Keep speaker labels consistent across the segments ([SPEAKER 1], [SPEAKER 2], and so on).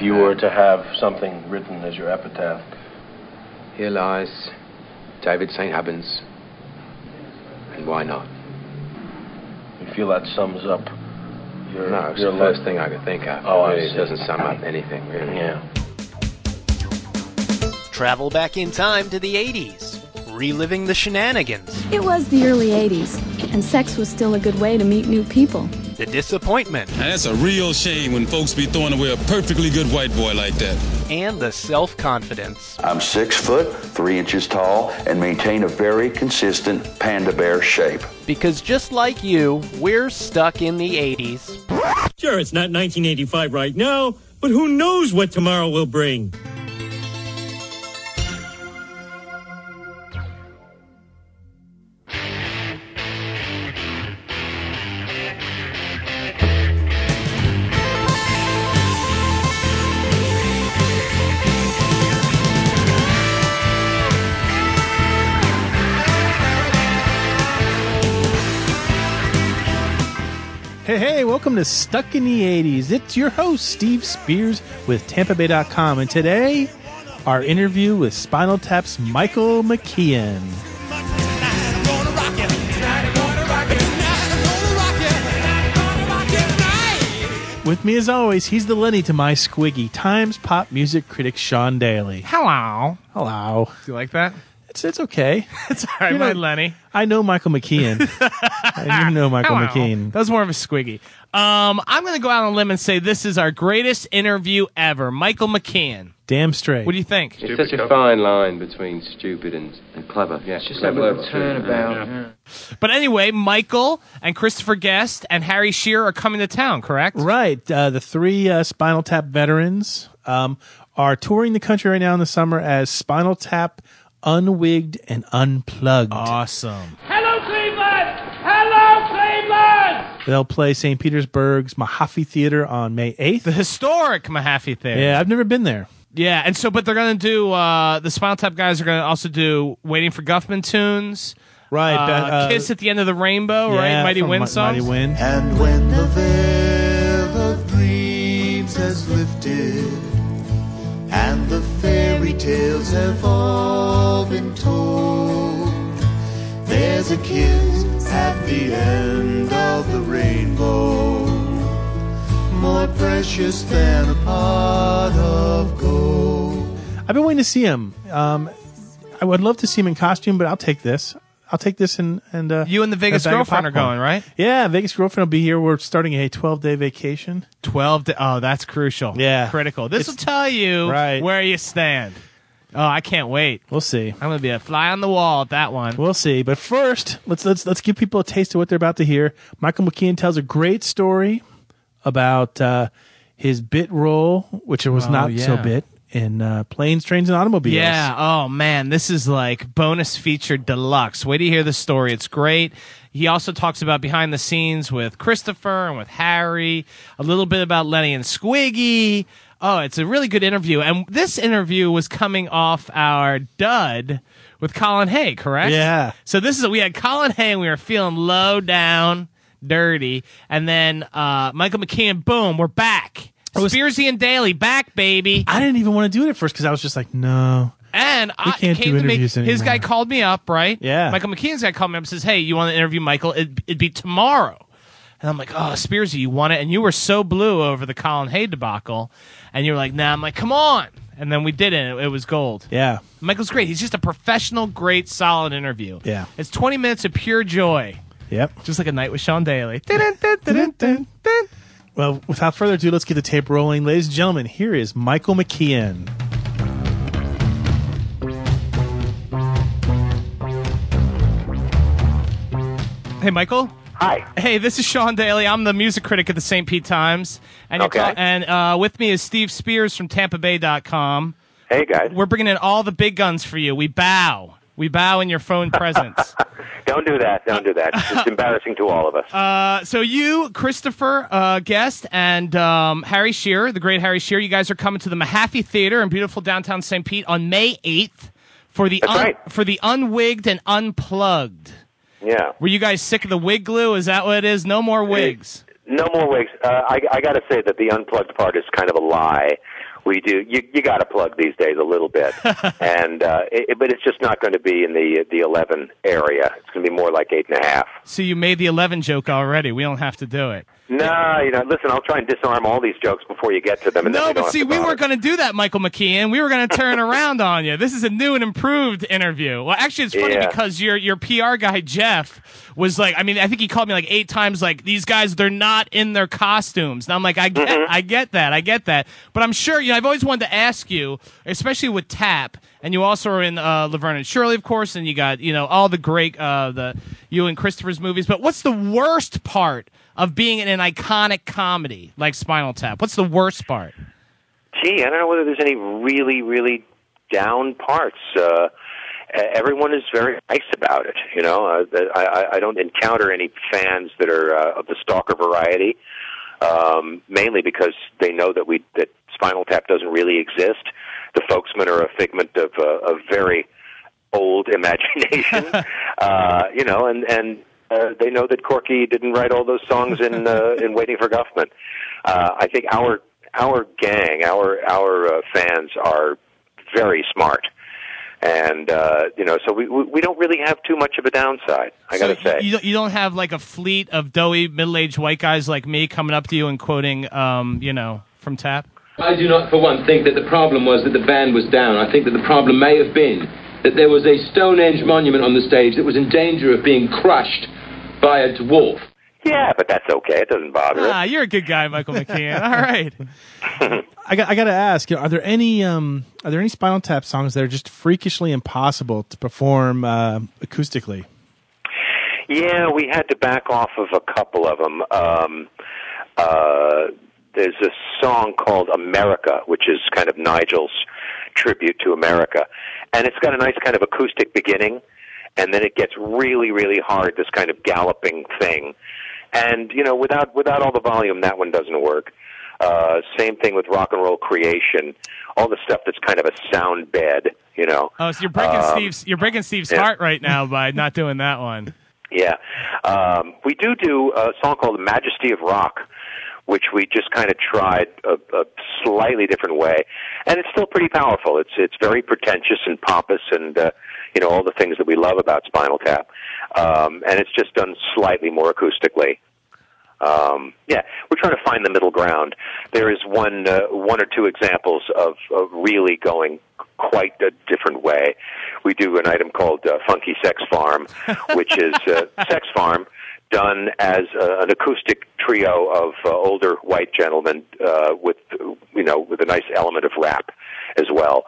[SPEAKER 1] you were to have something written as your epitaph?
[SPEAKER 2] Here lies David St. Hubbins. And why not?
[SPEAKER 1] You feel that sums up your
[SPEAKER 2] no, it's
[SPEAKER 1] your
[SPEAKER 2] the
[SPEAKER 1] life?
[SPEAKER 2] first thing I could think of.
[SPEAKER 1] Oh, I
[SPEAKER 2] Really,
[SPEAKER 1] see.
[SPEAKER 2] It doesn't sum up anything, really.
[SPEAKER 1] Yeah.
[SPEAKER 3] Travel back in time to the 80s, reliving the shenanigans,
[SPEAKER 4] It was the early 80s, and sex was still a good way to meet new people.
[SPEAKER 3] the disappointment,
[SPEAKER 5] And that's a real shame when folks be throwing away a perfectly good white boy like that.
[SPEAKER 3] and the self confidence.
[SPEAKER 6] I'm six foot, three inches tall, and maintain a very consistent panda bear shape.
[SPEAKER 3] Because just like you, we're stuck in the 80s,
[SPEAKER 7] Sure, it's not 1985 right now, but who knows what tomorrow will bring?
[SPEAKER 8] Hey, hey, welcome to Stuck in the 80s. It's your host, Steve Spears with TampaBay.com, and today, our interview with Spinal Tap's Michael McKeon. With me, as always, he's the Lenny to my squiggy, Times pop music critic Sean Daly.
[SPEAKER 9] Hello.
[SPEAKER 8] Hello.
[SPEAKER 9] Do you like that?
[SPEAKER 8] It's, it's okay.
[SPEAKER 9] It's all right,
[SPEAKER 8] You know-
[SPEAKER 9] my Lenny.
[SPEAKER 8] I know Michael McKeon. I do know Michael
[SPEAKER 9] Hello.
[SPEAKER 8] McKeon.
[SPEAKER 9] That was more of a squiggy. Um, I'm going to go out on a limb and say this is our greatest interview ever. Michael McKeon.
[SPEAKER 8] Damn straight.
[SPEAKER 9] What do you think?
[SPEAKER 2] It's such a fine line between stupid and, and clever. Yeah, it's just a turnabout.
[SPEAKER 9] But anyway, Michael and Christopher Guest and Harry Shearer are coming to town, correct?
[SPEAKER 8] Right. Uh, the three uh, Spinal Tap veterans um, are touring the country right now in the summer as Spinal Tap Unwigged and Unplugged.
[SPEAKER 9] Awesome.
[SPEAKER 10] Hello, Cleveland! Hello, Cleveland!
[SPEAKER 8] They'll play St. Petersburg's Mahaffey Theater on May 8th.
[SPEAKER 9] The historic Mahaffey Theater.
[SPEAKER 8] Yeah, I've never been there.
[SPEAKER 9] Yeah, and so, but they're going to do, uh, the Spinal Tap guys are going to also do Waiting for Guffman tunes.
[SPEAKER 8] Right.
[SPEAKER 9] uh,
[SPEAKER 8] that, uh,
[SPEAKER 9] Kiss at the End of the Rainbow,
[SPEAKER 8] yeah,
[SPEAKER 9] right? Mighty
[SPEAKER 8] from
[SPEAKER 9] Wind
[SPEAKER 8] Mi-
[SPEAKER 9] songs.
[SPEAKER 8] Mighty Wind.
[SPEAKER 6] And when the veil of dreams has lifted, and the fairy tales have all been told, there's a kiss at the end of the rainbow, more precious than a pot of gold.
[SPEAKER 8] I've been waiting to see him. Um, I would love to see him in costume, but I'll take this. I'll take this and and uh,
[SPEAKER 9] You and the Vegas
[SPEAKER 8] a bag of
[SPEAKER 9] girlfriend are
[SPEAKER 8] popcorn.
[SPEAKER 9] going, right?
[SPEAKER 8] Yeah, Vegas girlfriend will be here. We're starting a twelve day vacation.
[SPEAKER 9] 12 to,
[SPEAKER 8] uh,
[SPEAKER 9] oh that's crucial
[SPEAKER 8] Yeah.
[SPEAKER 9] critical this
[SPEAKER 8] It's-
[SPEAKER 9] will tell you
[SPEAKER 8] Right.
[SPEAKER 9] where you stand oh i can't wait
[SPEAKER 8] We'll see.
[SPEAKER 9] i'm gonna be a fly on the wall at that one
[SPEAKER 8] We'll see. But first, let's let's let's give people a taste of what they're about to hear. Michael McKean tells a great story about uh, his bit role, which was not so
[SPEAKER 9] Oh, yeah.
[SPEAKER 8] bit in uh, planes, trains, and automobiles.
[SPEAKER 9] yeah oh man this is like bonus feature deluxe wait to hear the story it's great he also talks about behind the scenes with christopher and with harry a little bit about lenny and squiggy oh it's a really good interview and this interview was coming off our dud with colin hay correct
[SPEAKER 8] Yeah.
[SPEAKER 9] So this is we had Colin Hay and we were feeling low down, dirty, and then uh, Michael McKean. Boom, we're back. Spearsy and Daly back, baby.
[SPEAKER 8] I didn't even want to do it at first because I was just like, no.
[SPEAKER 9] And I
[SPEAKER 8] can't
[SPEAKER 9] came
[SPEAKER 8] do
[SPEAKER 9] to me.
[SPEAKER 8] interviews
[SPEAKER 9] His
[SPEAKER 8] anymore.
[SPEAKER 9] guy called me up, right?
[SPEAKER 8] Yeah.
[SPEAKER 9] Michael McKean's guy called me up and says, "Hey, you want to interview Michael? It'd, it'd be tomorrow." And I'm like, "Oh, Spearsy, you want it?" And you were so blue over the Colin Hay debacle, and you were like, "Nah." I'm like, "Come on." And then we did it. and It was gold.
[SPEAKER 8] Yeah.
[SPEAKER 9] Michael's great. He's just a professional, great, solid interview.
[SPEAKER 8] Yeah.
[SPEAKER 9] It's 20 minutes of pure joy.
[SPEAKER 8] Yep.
[SPEAKER 9] Just like a night with Sean Daly. Dun, dun, dun, dun, dun, dun.
[SPEAKER 8] Well, without further ado, let's get the tape rolling, ladies and gentlemen. Here is Michael McKean.
[SPEAKER 9] hey, Michael.
[SPEAKER 11] Hi.
[SPEAKER 9] Hey, this is Sean Daly. I'm the music critic at the St. Pete Times. And, you're
[SPEAKER 11] Okay.
[SPEAKER 9] ta- and uh, with me is Steve Spears from TampaBay.com.
[SPEAKER 11] Hey, guys.
[SPEAKER 9] We're bringing in all the big guns for you. We bow. We bow in your phone presence.
[SPEAKER 11] Don't do that. Don't do that. It's embarrassing to all of us.
[SPEAKER 9] Uh, so you, Christopher uh, Guest, and um, Harry Shearer, the great Harry Shearer, you guys are coming to the Mahaffey Theater in beautiful downtown St. Pete on May 8th for the
[SPEAKER 11] That's right.
[SPEAKER 9] for the unwigged and unplugged.
[SPEAKER 11] yeah.
[SPEAKER 9] Were you guys sick of the wig glue? Is that what it is? No more wigs.
[SPEAKER 11] No more wigs. Uh, I, I got to say that the unplugged part is kind of a lie.
[SPEAKER 8] we do. You you got to plug these days a little bit, and uh, it, it- but it's just not going to be in the the eleven area. It's going to be more like eight and a half.
[SPEAKER 9] So you made the 11 joke already. We don't have to do it.
[SPEAKER 8] No, you know, listen, I'll try and disarm all these jokes before you get to them. And then
[SPEAKER 9] No,
[SPEAKER 8] we don't
[SPEAKER 9] but
[SPEAKER 8] have
[SPEAKER 9] see,
[SPEAKER 8] to
[SPEAKER 9] we
[SPEAKER 8] bother.
[SPEAKER 9] weren't going to do that, Michael McKeon. We were going to turn around on you. This is a new and improved interview. Well, actually, it's funny
[SPEAKER 8] Yeah.
[SPEAKER 9] because your your PR guy Jeff was like, I mean, I think he called me like eight times. Like these guys, they're not in their costumes. And I'm like, I get,
[SPEAKER 11] Mm-hmm.
[SPEAKER 9] I get that, I get that. But I'm sure you know. I've always wanted to ask you, especially with Tap, and you also are in uh, Laverne and Shirley, of course, and you got you know all the great uh, the you and Christopher's movies. But what's the worst part? Of being in an iconic comedy like Spinal Tap, what's the worst part?
[SPEAKER 8] Gee, I don't know whether there's any really, really down parts. Uh, e- everyone is very nice about it. You know, uh, the- I, I- I don't encounter any fans that are uh, of the stalker variety, um, mainly because they know that we that Spinal Tap doesn't really exist. The folksmen are a figment of uh, a very old imagination, uh, you know, and and uh, they know that Corky didn't write all those songs in uh, in Waiting for Guffman. Uh, I think our our gang, our our uh, fans are very smart, and uh, you know, so we, we we don't really have too much of a downside. I
[SPEAKER 9] So
[SPEAKER 8] got to say.
[SPEAKER 9] You, don't- you don't have like a fleet of doughy middle-aged white guys like me coming up to you and quoting, um, you know, from Tap.
[SPEAKER 2] I do not, for one, think that the problem was that the band was down. I think that the problem may have been that there was a Stonehenge monument on the stage that was in danger of being crushed by a dwarf.
[SPEAKER 8] yeah, but that's okay. It doesn't bother.
[SPEAKER 9] Ah, you're a good guy, Michael McKeon. All right.
[SPEAKER 7] I got, I got to ask, you know, are there any um, are there any Spinal Tap songs that are just freakishly impossible to perform uh, acoustically?
[SPEAKER 8] Yeah, we had to back off of a couple of them. Um, uh, there's a song called America, which is kind of Nigel's tribute to America. And it's got a nice kind of acoustic beginning, and then it gets really, really hard, this kind of galloping thing. And, you know, without, without all the volume, that one doesn't work. Uh, same thing with rock and roll creation, all the stuff that's kind of a sound bed, you know.
[SPEAKER 9] Oh, so you're breaking
[SPEAKER 8] Um,
[SPEAKER 9] Steve's you're breaking Steve's
[SPEAKER 8] yeah.
[SPEAKER 9] heart right now by not doing that one.
[SPEAKER 8] Yeah. Um, we do do a song called The Majesty of Rock, which we just kind of tried a, a slightly different way. And it's still pretty powerful. It's, it's very pretentious and pompous and, uh, you know, all the things that we love about Spinal Tap. Um, and it's just done slightly more acoustically. Um, yeah, we're trying to find the middle ground. There is one, uh, one or two examples of, of really going quite a different way. We do an item called uh, Funky Sex Farm, which is uh, Sex Farm done as uh, an acoustic trio of uh, older white gentlemen uh, with you know with a nice element of rap as well.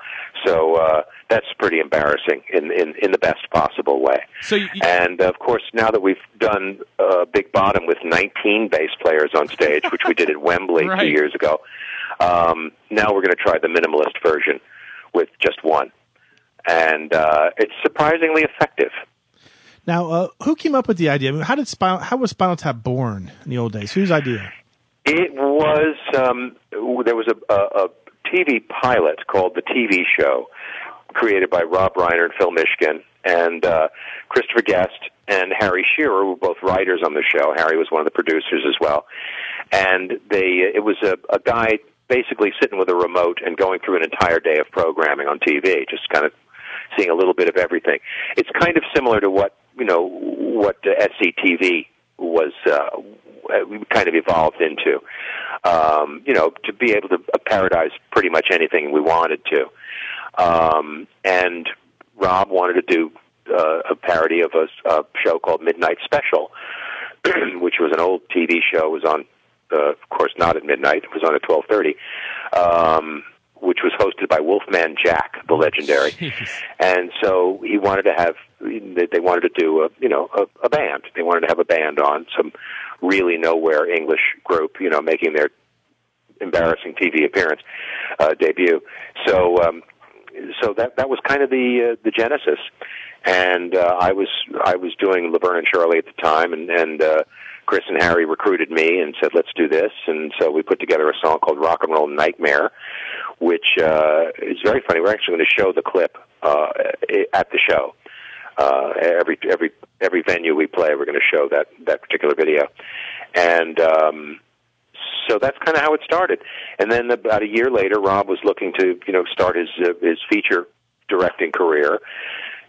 [SPEAKER 8] So uh, that's pretty embarrassing in, in in the best possible way.
[SPEAKER 9] So you,
[SPEAKER 8] and of course now that we've done uh, Big Bottom with 19 bass players on stage, which we did at Wembley two
[SPEAKER 9] Right.
[SPEAKER 8] years ago, um, now we're going to try the minimalist version with just one. And uh, it's surprisingly effective.
[SPEAKER 7] Now, uh, who came up with the idea? I mean, how did Spinal, how was Spinal Tap born in the old days? Whose idea?
[SPEAKER 8] It was um, there was a, a, a TV pilot called the TV Show, created by Rob Reiner and Phil Mishkin and uh, Christopher Guest and Harry Shearer were both writers on the show. Harry was one of the producers as well, and they it was a, a guy basically sitting with a remote and going through an entire day of programming on TV, just kind of seeing a little bit of everything. It's kind of similar to what you know what uh, SCTV was uh, w- kind of evolved into. Um, you know, to be able to uh, parodize pretty much anything we wanted to, um, and Rob wanted to do uh, a parody of a, s- a show called Midnight Special, which was an old TV show. It was on, uh, of course, not at midnight. It was on at twelve thirty. Um, which was hosted by Wolfman Jack, the legendary, and so he wanted to have they they wanted to do a you know a, a band. They wanted to have a band on some really nowhere English group, you know, making their embarrassing TV appearance uh, debut. So um, so that that was kind of the uh, the genesis. And uh, I was I was doing Laverne and Shirley at the time, and and uh, Chris and Harry recruited me and said let's do this, and so we put together a song called Rock and Roll Nightmare, which uh, is very funny. We're actually going to show the clip uh, at the show. Uh, every every every venue we play, we're going to show that that particular video, and um, so that's kind of how it started. And then about a year later, Rob was looking to you know start his uh, his feature directing career,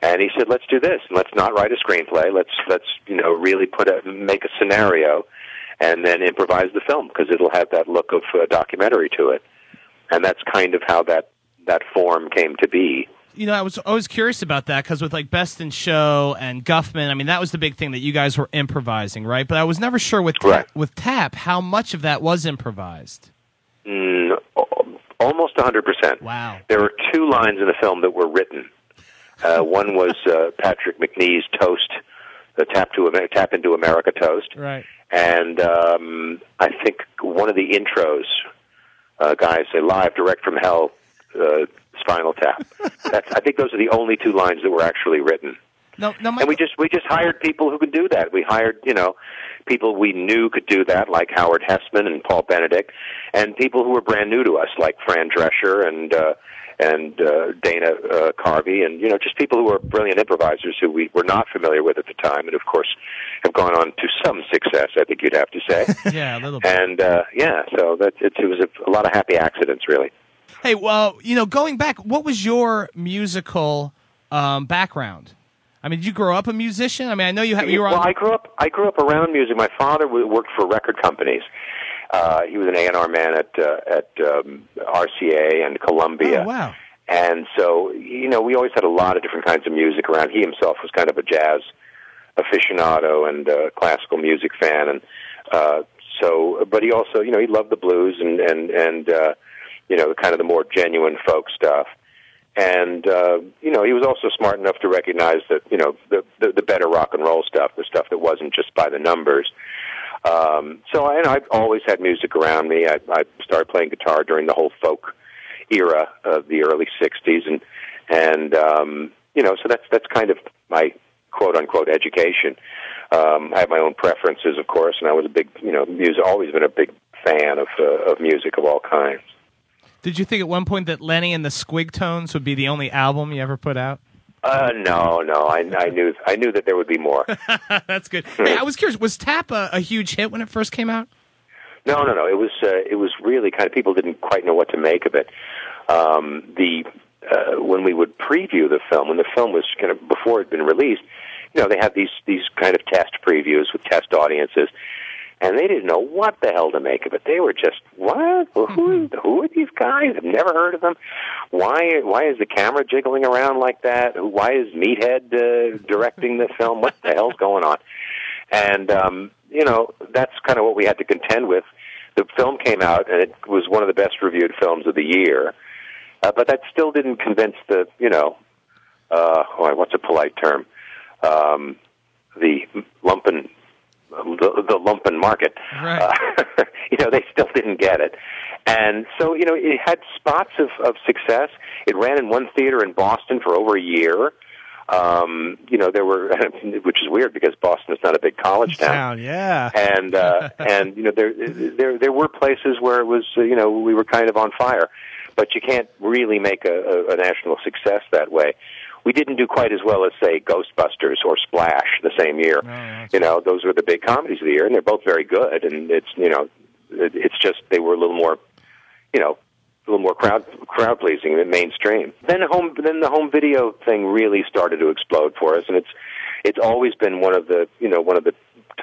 [SPEAKER 8] and he said, "Let's do this. Let's not write a screenplay. Let's let's you know really put a make a scenario, and then improvise the film because it'll have that look of a documentary to it." And that's kind of how that that form came to be.
[SPEAKER 9] you know, I was always curious about that because with like Best in Show and Guffman, I mean, that was the big thing that you guys were improvising, right? But I was never sure with
[SPEAKER 8] Correct.
[SPEAKER 9] with Tap how much of that was improvised.
[SPEAKER 8] Mm, al- almost 100%.
[SPEAKER 9] Wow.
[SPEAKER 8] There were two lines in the film that were written. Uh, one was uh, Patrick McNee's toast, the tap, to, Amer- tap into America toast.
[SPEAKER 9] Right.
[SPEAKER 8] And um, I think one of the intros, uh, guys say live, direct from hell, uh, Spinal Tap. That's, I think those are the only two lines that were actually written.
[SPEAKER 9] No, no,
[SPEAKER 8] And we just we just hired people who could do that. We hired you know people we knew could do that, like Howard Hessman and Paul Benedict, and people who were brand new to us, like Fran Drescher and uh, and uh, Dana uh, Carvey, and you know just people who were brilliant improvisers who we were not familiar with at the time, and of course have gone on to some success. I think you'd have to say.
[SPEAKER 9] yeah, a little
[SPEAKER 8] and uh, yeah, so that it, it was a, a lot of happy accidents, really.
[SPEAKER 9] Hey, well, you know, going back, what was your musical um, background? I mean, did you grow up a musician? I mean, I know you ha- you were
[SPEAKER 8] well,
[SPEAKER 9] on.
[SPEAKER 8] I grew up. I grew up around music. My father w- worked for record companies. Uh, he was an A and R man at uh, at um, RCA and Columbia.
[SPEAKER 9] Oh, wow.
[SPEAKER 8] And so, you know, we always had a lot of different kinds of music around. He himself was kind of a jazz aficionado and uh, classical music fan, and uh, so. But he also, you know, he loved the blues and and and uh, you know, kind of the more genuine folk stuff. And uh, you know, he was also smart enough to recognize that you know the, the the better rock and roll stuff, the stuff that wasn't just by the numbers. Um, so I, and I've always had music around me. I, I started playing guitar during the whole folk era of the early '60s, and and um, you know, so that's that's kind of my quote unquote education. Um, I have my own preferences, of course, and I was a big you know music always been a big fan of uh, of music of all kinds.
[SPEAKER 9] Did you think at one point that Lenny and the Squig Tones would be the only album you ever put out?
[SPEAKER 8] Uh, no, no, I, I knew I knew that there would be more.
[SPEAKER 9] That's good. Hey, I was curious. Was Tap a, a huge hit when it first came out?
[SPEAKER 8] No, no, no. It was uh, it was really kind of people didn't quite know what to make of it. Um, the uh, when we would preview the film, when the film was kind of before it had been released, you know, they had these these kind of test previews with test audiences, and they didn't know what the hell to make of it. They were just what? Well, who who are these guys? I've never heard of them. Why why is the camera jiggling around like that? Why is Meathead uh, directing the film? What the hell's going on? and um, you know that's kind of what we had to contend with. The film came out, and it was one of the best reviewed films of the year, uh, but that still didn't convince the you know, uh, oh, what's a polite term, um, the lumpen, the, the lumpen market. Uh, you know, they still didn't get it, and so you know it had spots of, of success. It ran in one theater in Boston for over a year. Um, you know, there were, which is weird because Boston is not a big college town
[SPEAKER 7] Town, yeah.
[SPEAKER 8] and uh, and you know there there there were places where it was uh, you know we were kind of on fire, but you can't really make a, a, a national success that way. We didn't do quite as well as say Ghostbusters or Splash the same year. you know those were the big comedies of the year, and they're both very good. And it's you know it, it's just they were a little more you know a little more crowd crowd pleasing than mainstream. Then home then the home video thing really started to explode for us, and it's it's always been one of the you know one of the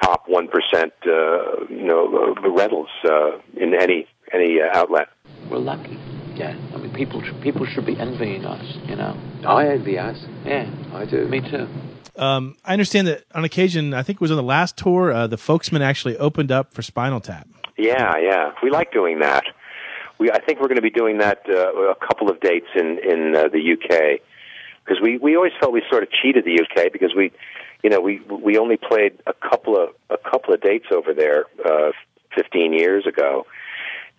[SPEAKER 8] top one percent uh, you know uh, rentals uh, in any any uh, outlet.
[SPEAKER 12] We're lucky. Yeah. I mean, people sh- people should be envying us. You know. I envy us. Yeah, I do. Me too.
[SPEAKER 7] Um, I understand that on occasion, I think it was on the last tour, uh, the Folksmen actually opened up for Spinal Tap.
[SPEAKER 8] Yeah, yeah, we like doing that. We I think we're going to be doing that uh, a couple of dates in in uh, the UK because we we always felt we sort of cheated the UK because we you know we we only played a couple of a couple of dates over there uh 15 years ago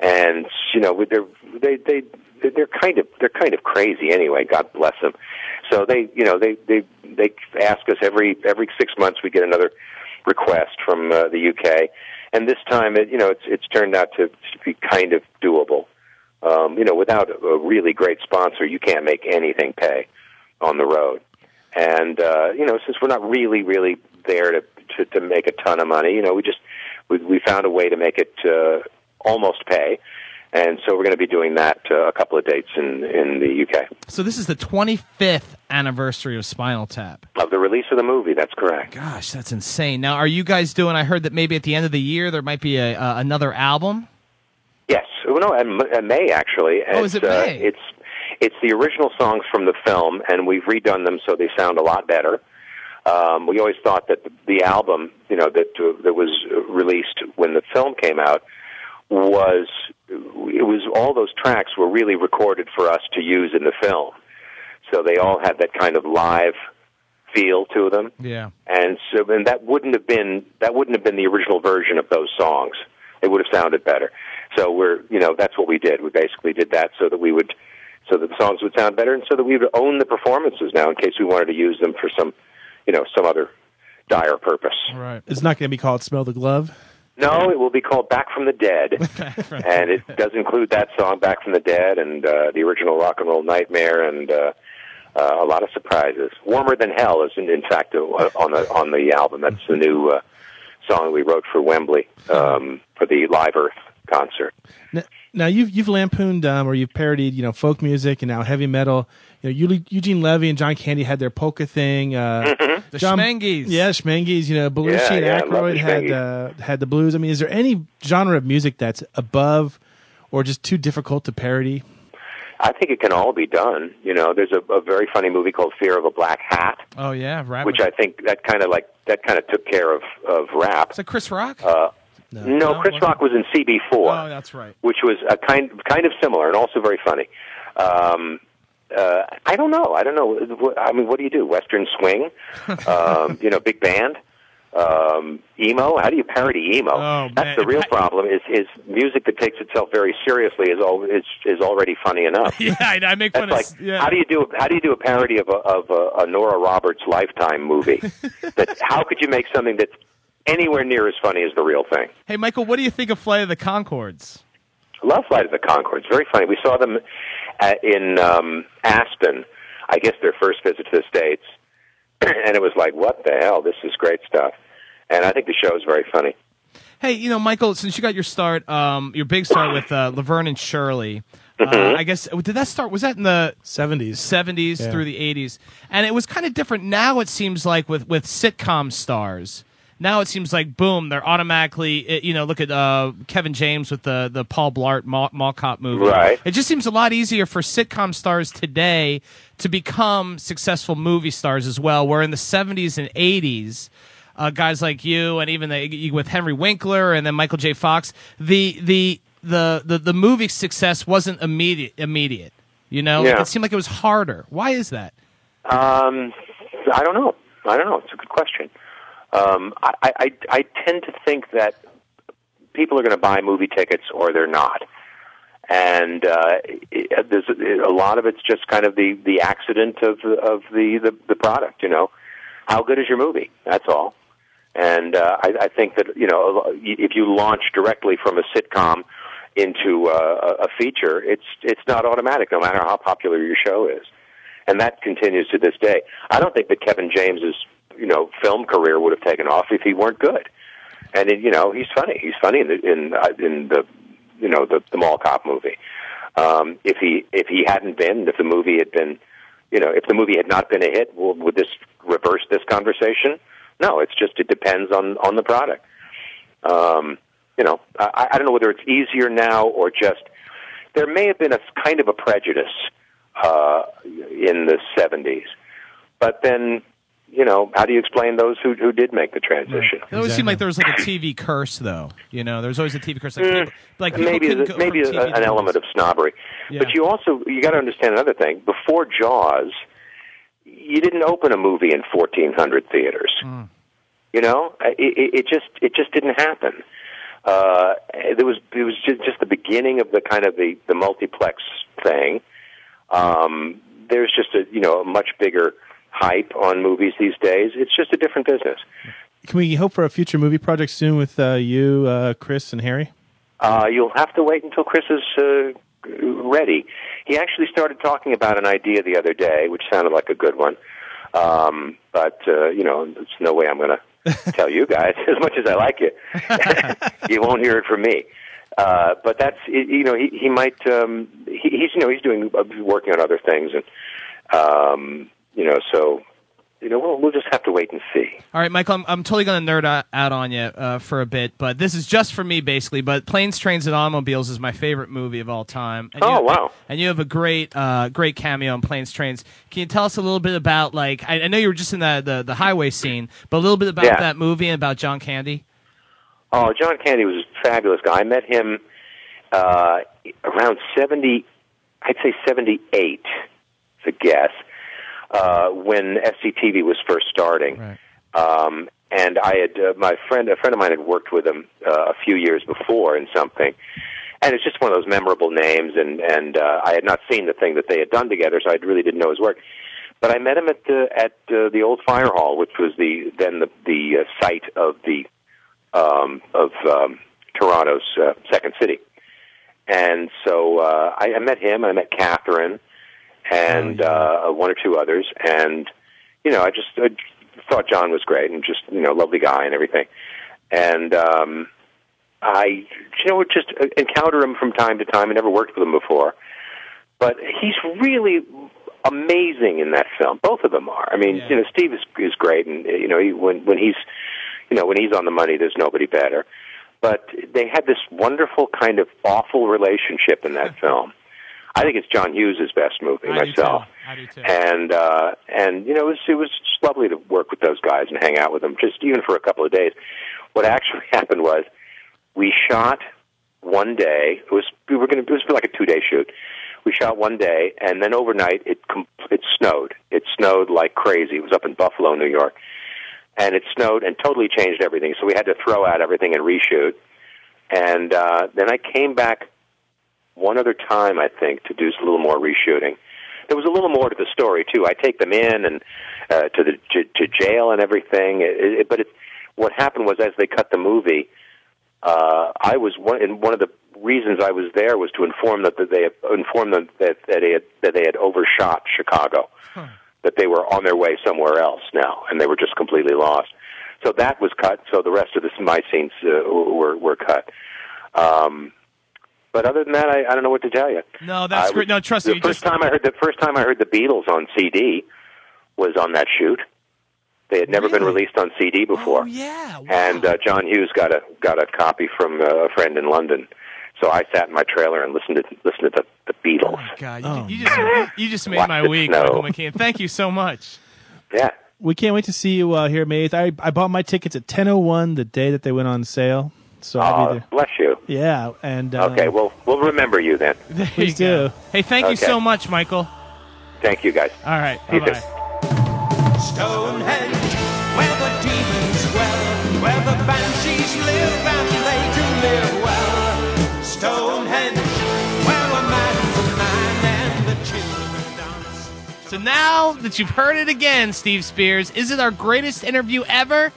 [SPEAKER 8] and you know with their they they they're kind of they're kind of crazy anyway god bless them so they you know they they they ask us every every 6 months we get another request from uh, the UK and this time it you know it's it's turned out to, to be kind of doable um you know without a really great sponsor you can't make anything pay on the road. And uh, you know, since we're not really, really there to, to to make a ton of money, you know, we just we, we found a way to make it uh, almost pay. And so we're going to be doing that uh, a couple of dates in, in the UK.
[SPEAKER 9] So this is the 25th anniversary of Spinal Tap.
[SPEAKER 8] Of the release of the movie, that's correct.
[SPEAKER 9] Gosh, that's insane. Now, are you guys doing? I heard that maybe at the end of the year there might be a, uh, another album.
[SPEAKER 8] Yes. Well, no, and, and May actually.
[SPEAKER 9] Oh, is
[SPEAKER 8] It's,
[SPEAKER 9] it
[SPEAKER 8] uh,
[SPEAKER 9] May?
[SPEAKER 8] it's it's the original songs from the film, and we've redone them so they sound a lot better. Um, we always thought that the, the album, you know, that uh, that was released when the film came out was it was all those tracks were really recorded for us to use in the film. So they all had that kind of live feel to them
[SPEAKER 9] Yeah.
[SPEAKER 8] and so and that wouldn't have been that wouldn't have been the original version of those songs. It would have sounded better. So we're you know that's what we did. We basically did that so that we would so that the songs would sound better and so that we would own the performances now in case we wanted to use them for some you know some other dire purpose.
[SPEAKER 9] Right.
[SPEAKER 7] It's not going to be called Smell the Glove.
[SPEAKER 8] No, it will be called Back from the Dead, and it does include that song Back from the Dead and uh, the original Rock and Roll Nightmare and. Uh, uh, a lot of surprises. Warmer than hell is, in, in fact, uh, on the on the album. That's the new uh, song we wrote for Wembley um, for the Live Earth concert.
[SPEAKER 7] Now, now you've you've lampooned um, or you've parodied you know folk music and now heavy metal. You know Eule- Eugene Levy and John Candy had their polka thing. Uh,
[SPEAKER 9] The
[SPEAKER 7] John-
[SPEAKER 9] Schmengies.
[SPEAKER 7] yeah, Schmengies. You know Belushi
[SPEAKER 9] Mm-hmm. Yeah,
[SPEAKER 7] and
[SPEAKER 9] yeah, I love
[SPEAKER 7] Aykroyd
[SPEAKER 9] the
[SPEAKER 7] had uh,
[SPEAKER 9] Schmengies.
[SPEAKER 7] had the blues. I mean, is there any genre of music that's above or just too difficult to parody?
[SPEAKER 8] I think it can all be done. You know, there's a, a very funny movie called Fear of a Black Hat,
[SPEAKER 9] Oh yeah, rap.
[SPEAKER 8] which I think that kind of like that kind of took care of of rap.
[SPEAKER 9] So Chris Rock.
[SPEAKER 8] Uh, no, Chris Rock was in CB4.
[SPEAKER 9] Oh, that's right.
[SPEAKER 8] which was a kind kind of similar and also very funny. Um, uh, I don't know. I don't know. What- I mean, what do you do? Western swing, um, you know, big band, um, emo. How do you parody emo?
[SPEAKER 9] Oh,
[SPEAKER 8] That's the real problem. Is is music that takes itself very seriously is al- is is already funny enough.
[SPEAKER 9] Yeah, I, I make fun
[SPEAKER 8] That's like
[SPEAKER 9] of. Yeah.
[SPEAKER 8] how do you do how do you do a parody of a, of a, a Nora Roberts Lifetime movie? that how could you make something that's anywhere near as funny as the real thing?
[SPEAKER 9] Hey, Michael, what do you think of Flight of the Concords?
[SPEAKER 8] Love Flight of the Concords. Very funny. We saw them at, in um, Aspen, I guess their first visit to the States. and it was like, what the hell? This is great stuff. And I think the show is very funny.
[SPEAKER 9] Hey, you know, Michael, since you got your start, um, your big start with uh, Laverne and Shirley, uh,
[SPEAKER 13] Mhm.
[SPEAKER 9] I guess did that start? Was that in the
[SPEAKER 7] seventies,
[SPEAKER 9] seventies
[SPEAKER 13] Yeah.
[SPEAKER 9] through the eighties? And it was kind of different. Now it seems like with with sitcom stars. Now it seems like boom, they're automatically eh, you know look at uh, Kevin James with the the Paul Blart mall, mall cop movie.
[SPEAKER 8] Right.
[SPEAKER 9] It just seems a lot easier for sitcom stars today to become successful movie stars as well. Where in the seventies and eighties, uh, guys like you and even the, with Henry Winkler and then Michael J. Fox, the the the the, the movie success wasn't immediate. Immediate, you know, Like,
[SPEAKER 8] Yeah.
[SPEAKER 9] it seemed like it was harder. Why is that?
[SPEAKER 8] Um, I don't know. I don't know. It's a good question. Um, I, I, I I tend to think that people are going to buy movie tickets or they're not. And uh, it, there's a lot of it's just kind of the, the accident of the, of the, the the product. You know, how good is your movie? That's all. And uh, I, I think that you know if you launch directly from a sitcom into uh, a- a feature, it's it's not automatic, no matter how popular your show is and that continues to this day. I don't think that Kevin James's you know film career would have taken off if he weren't good. And it, you know he's funny. He's funny in the in, uh, in the you know the, the mall cop movie. Um, if he if he hadn't been, if the movie had been, you know, if the movie had not been a hit, well, would this reverse this conversation? No, it's just it depends on on the product. Um, you know, I, I don't know whether it's easier now or just there may have been a kind of a prejudice uh, in the 70s. But then, you know, how do you explain those who, who did make the transition?
[SPEAKER 9] It always seemed like there was like a TV curse, though. You know, there's always a TV curse. Like, people, like people
[SPEAKER 8] maybe
[SPEAKER 9] couldn't
[SPEAKER 8] there's-
[SPEAKER 9] go from
[SPEAKER 8] maybe
[SPEAKER 9] TV to
[SPEAKER 8] a- an
[SPEAKER 9] movies.
[SPEAKER 8] element of snobbery. But you also you got to understand another thing. Before Jaws, you didn't open a movie in 1400 theaters.
[SPEAKER 9] Hmm.
[SPEAKER 8] You know, I- it, it, it just it just didn't happen. Uh, there was it was just, just the beginning of the kind of the the multiplex thing. Um, there's just a you know a much bigger hype on movies these days. It's just a different business.
[SPEAKER 7] Can we hope for a future movie project soon with uh, you, uh, Chris, and Harry?
[SPEAKER 8] Uh, you'll have to wait until Chris is uh, ready. He actually started talking about an idea the other day, which sounded like a good one. Um, but uh, you know, there's no way I'm going to tell you guys as much as I like you. you won't hear it from me. Uh, but that's you know he he might um, he, he's you know he's doing uh, working on other things and um, you know so you know we'll we'll just have to wait and see.
[SPEAKER 9] All right, Michael, I'm, I'm totally going to nerd o- out on you uh, for a bit, but this is just for me, basically. But Planes, Trains, and Automobiles is my favorite movie of all time. And
[SPEAKER 8] Oh,
[SPEAKER 9] you,
[SPEAKER 8] wow.
[SPEAKER 9] And you have a great, uh, great cameo in Planes, Trains. Can you tell us a little bit about, like, I, I know you were just in the, the, the highway scene, but a little bit about
[SPEAKER 8] Yeah.
[SPEAKER 9] that movie and about John Candy?
[SPEAKER 8] Oh, John Candy was a fabulous guy. I met him uh, around seventy, I'd say seventy-eight, to guess, uh, when SCTV was first starting. Um, and I had uh, my friend, a friend of mine, had worked with him uh, a few years before in something, and it's just one of those memorable names. And and uh, I had not seen the thing that they had done together, so I really didn't know his work. But I met him at the at uh, the old fire hall, which was the then the the uh, site of the um, of um, Toronto's uh, second city. And so uh, I, I met him, and I met Catherine, and uh, one or two others, and you know I just uh, thought John was great and just you know lovely guy and everything, and um, I you know would just uh, encounter him from time to time. I never worked with him before, but he's really amazing in that film. Both of them are. I mean, you know Steve is is great, and uh, you know he, when when he's you know, when he's on the money, there's nobody better. But they had this wonderful kind of awful relationship in that film. I think it's John Hughes' best movie myself. And uh, and you know, it was it was just lovely to work with those guys and hang out with them, just even for a couple of days. What actually happened was we shot one day. It was we were going to it was like a two day shoot. We shot one day, and then overnight it com- it snowed. It snowed like crazy. It was up in Buffalo, New York and it snowed and totally changed everything. So we had to throw out everything and reshoot. And uh, then I came back one other time, I think, to do a little more reshooting. There was a little more to the story too. I take them in and uh, to the to, to jail and everything. It, it, but it, what happened was, as they cut the movie, uh, I was one. And one of the reasons I was there was to inform that that they inform them that that they had, that they had overshot Chicago that they were on their way somewhere else now, and they were just completely lost. So that was cut. So the rest of this, my scenes uh, were were cut. Um, but other than that, I, I don't know what to tell you.
[SPEAKER 9] No, that's
[SPEAKER 8] I
[SPEAKER 9] great.
[SPEAKER 8] was-
[SPEAKER 9] No, trust
[SPEAKER 8] the
[SPEAKER 9] me. you just-
[SPEAKER 8] first time I heard the first time I heard the Beatles on CD was on that shoot. They had never been released on CD
[SPEAKER 9] Oh,
[SPEAKER 8] before. yeah, and uh, John Hughes got a got a copy from uh, a friend in London. So I sat in my trailer and listened to listened to the, the Beatles.
[SPEAKER 9] Oh God, you,
[SPEAKER 7] Oh,
[SPEAKER 9] you just, you just made my
[SPEAKER 8] Watch it
[SPEAKER 9] week,
[SPEAKER 8] snow.
[SPEAKER 9] Michael McKean. Thank you so much.
[SPEAKER 8] Yeah.
[SPEAKER 7] We can't wait to see you out here, May 8th. I, I bought my tickets at 10.01 the day that they went on sale. So I'll be
[SPEAKER 8] Oh, bless you.
[SPEAKER 7] there. Yeah, and uh,
[SPEAKER 8] Okay, well, we'll remember you then.
[SPEAKER 7] please do.
[SPEAKER 9] Hey, thank you
[SPEAKER 8] Okay.
[SPEAKER 9] so much, Michael.
[SPEAKER 8] Thank you, guys.
[SPEAKER 9] All right.
[SPEAKER 8] You
[SPEAKER 9] bye-bye.
[SPEAKER 8] too.
[SPEAKER 14] Stonehenge, where the demons dwell, where the banshees live and they do live well. Stonehenge, where a man's a man and the children dance.
[SPEAKER 9] So now that you've heard it again, Steve Spears, is it our greatest interview ever?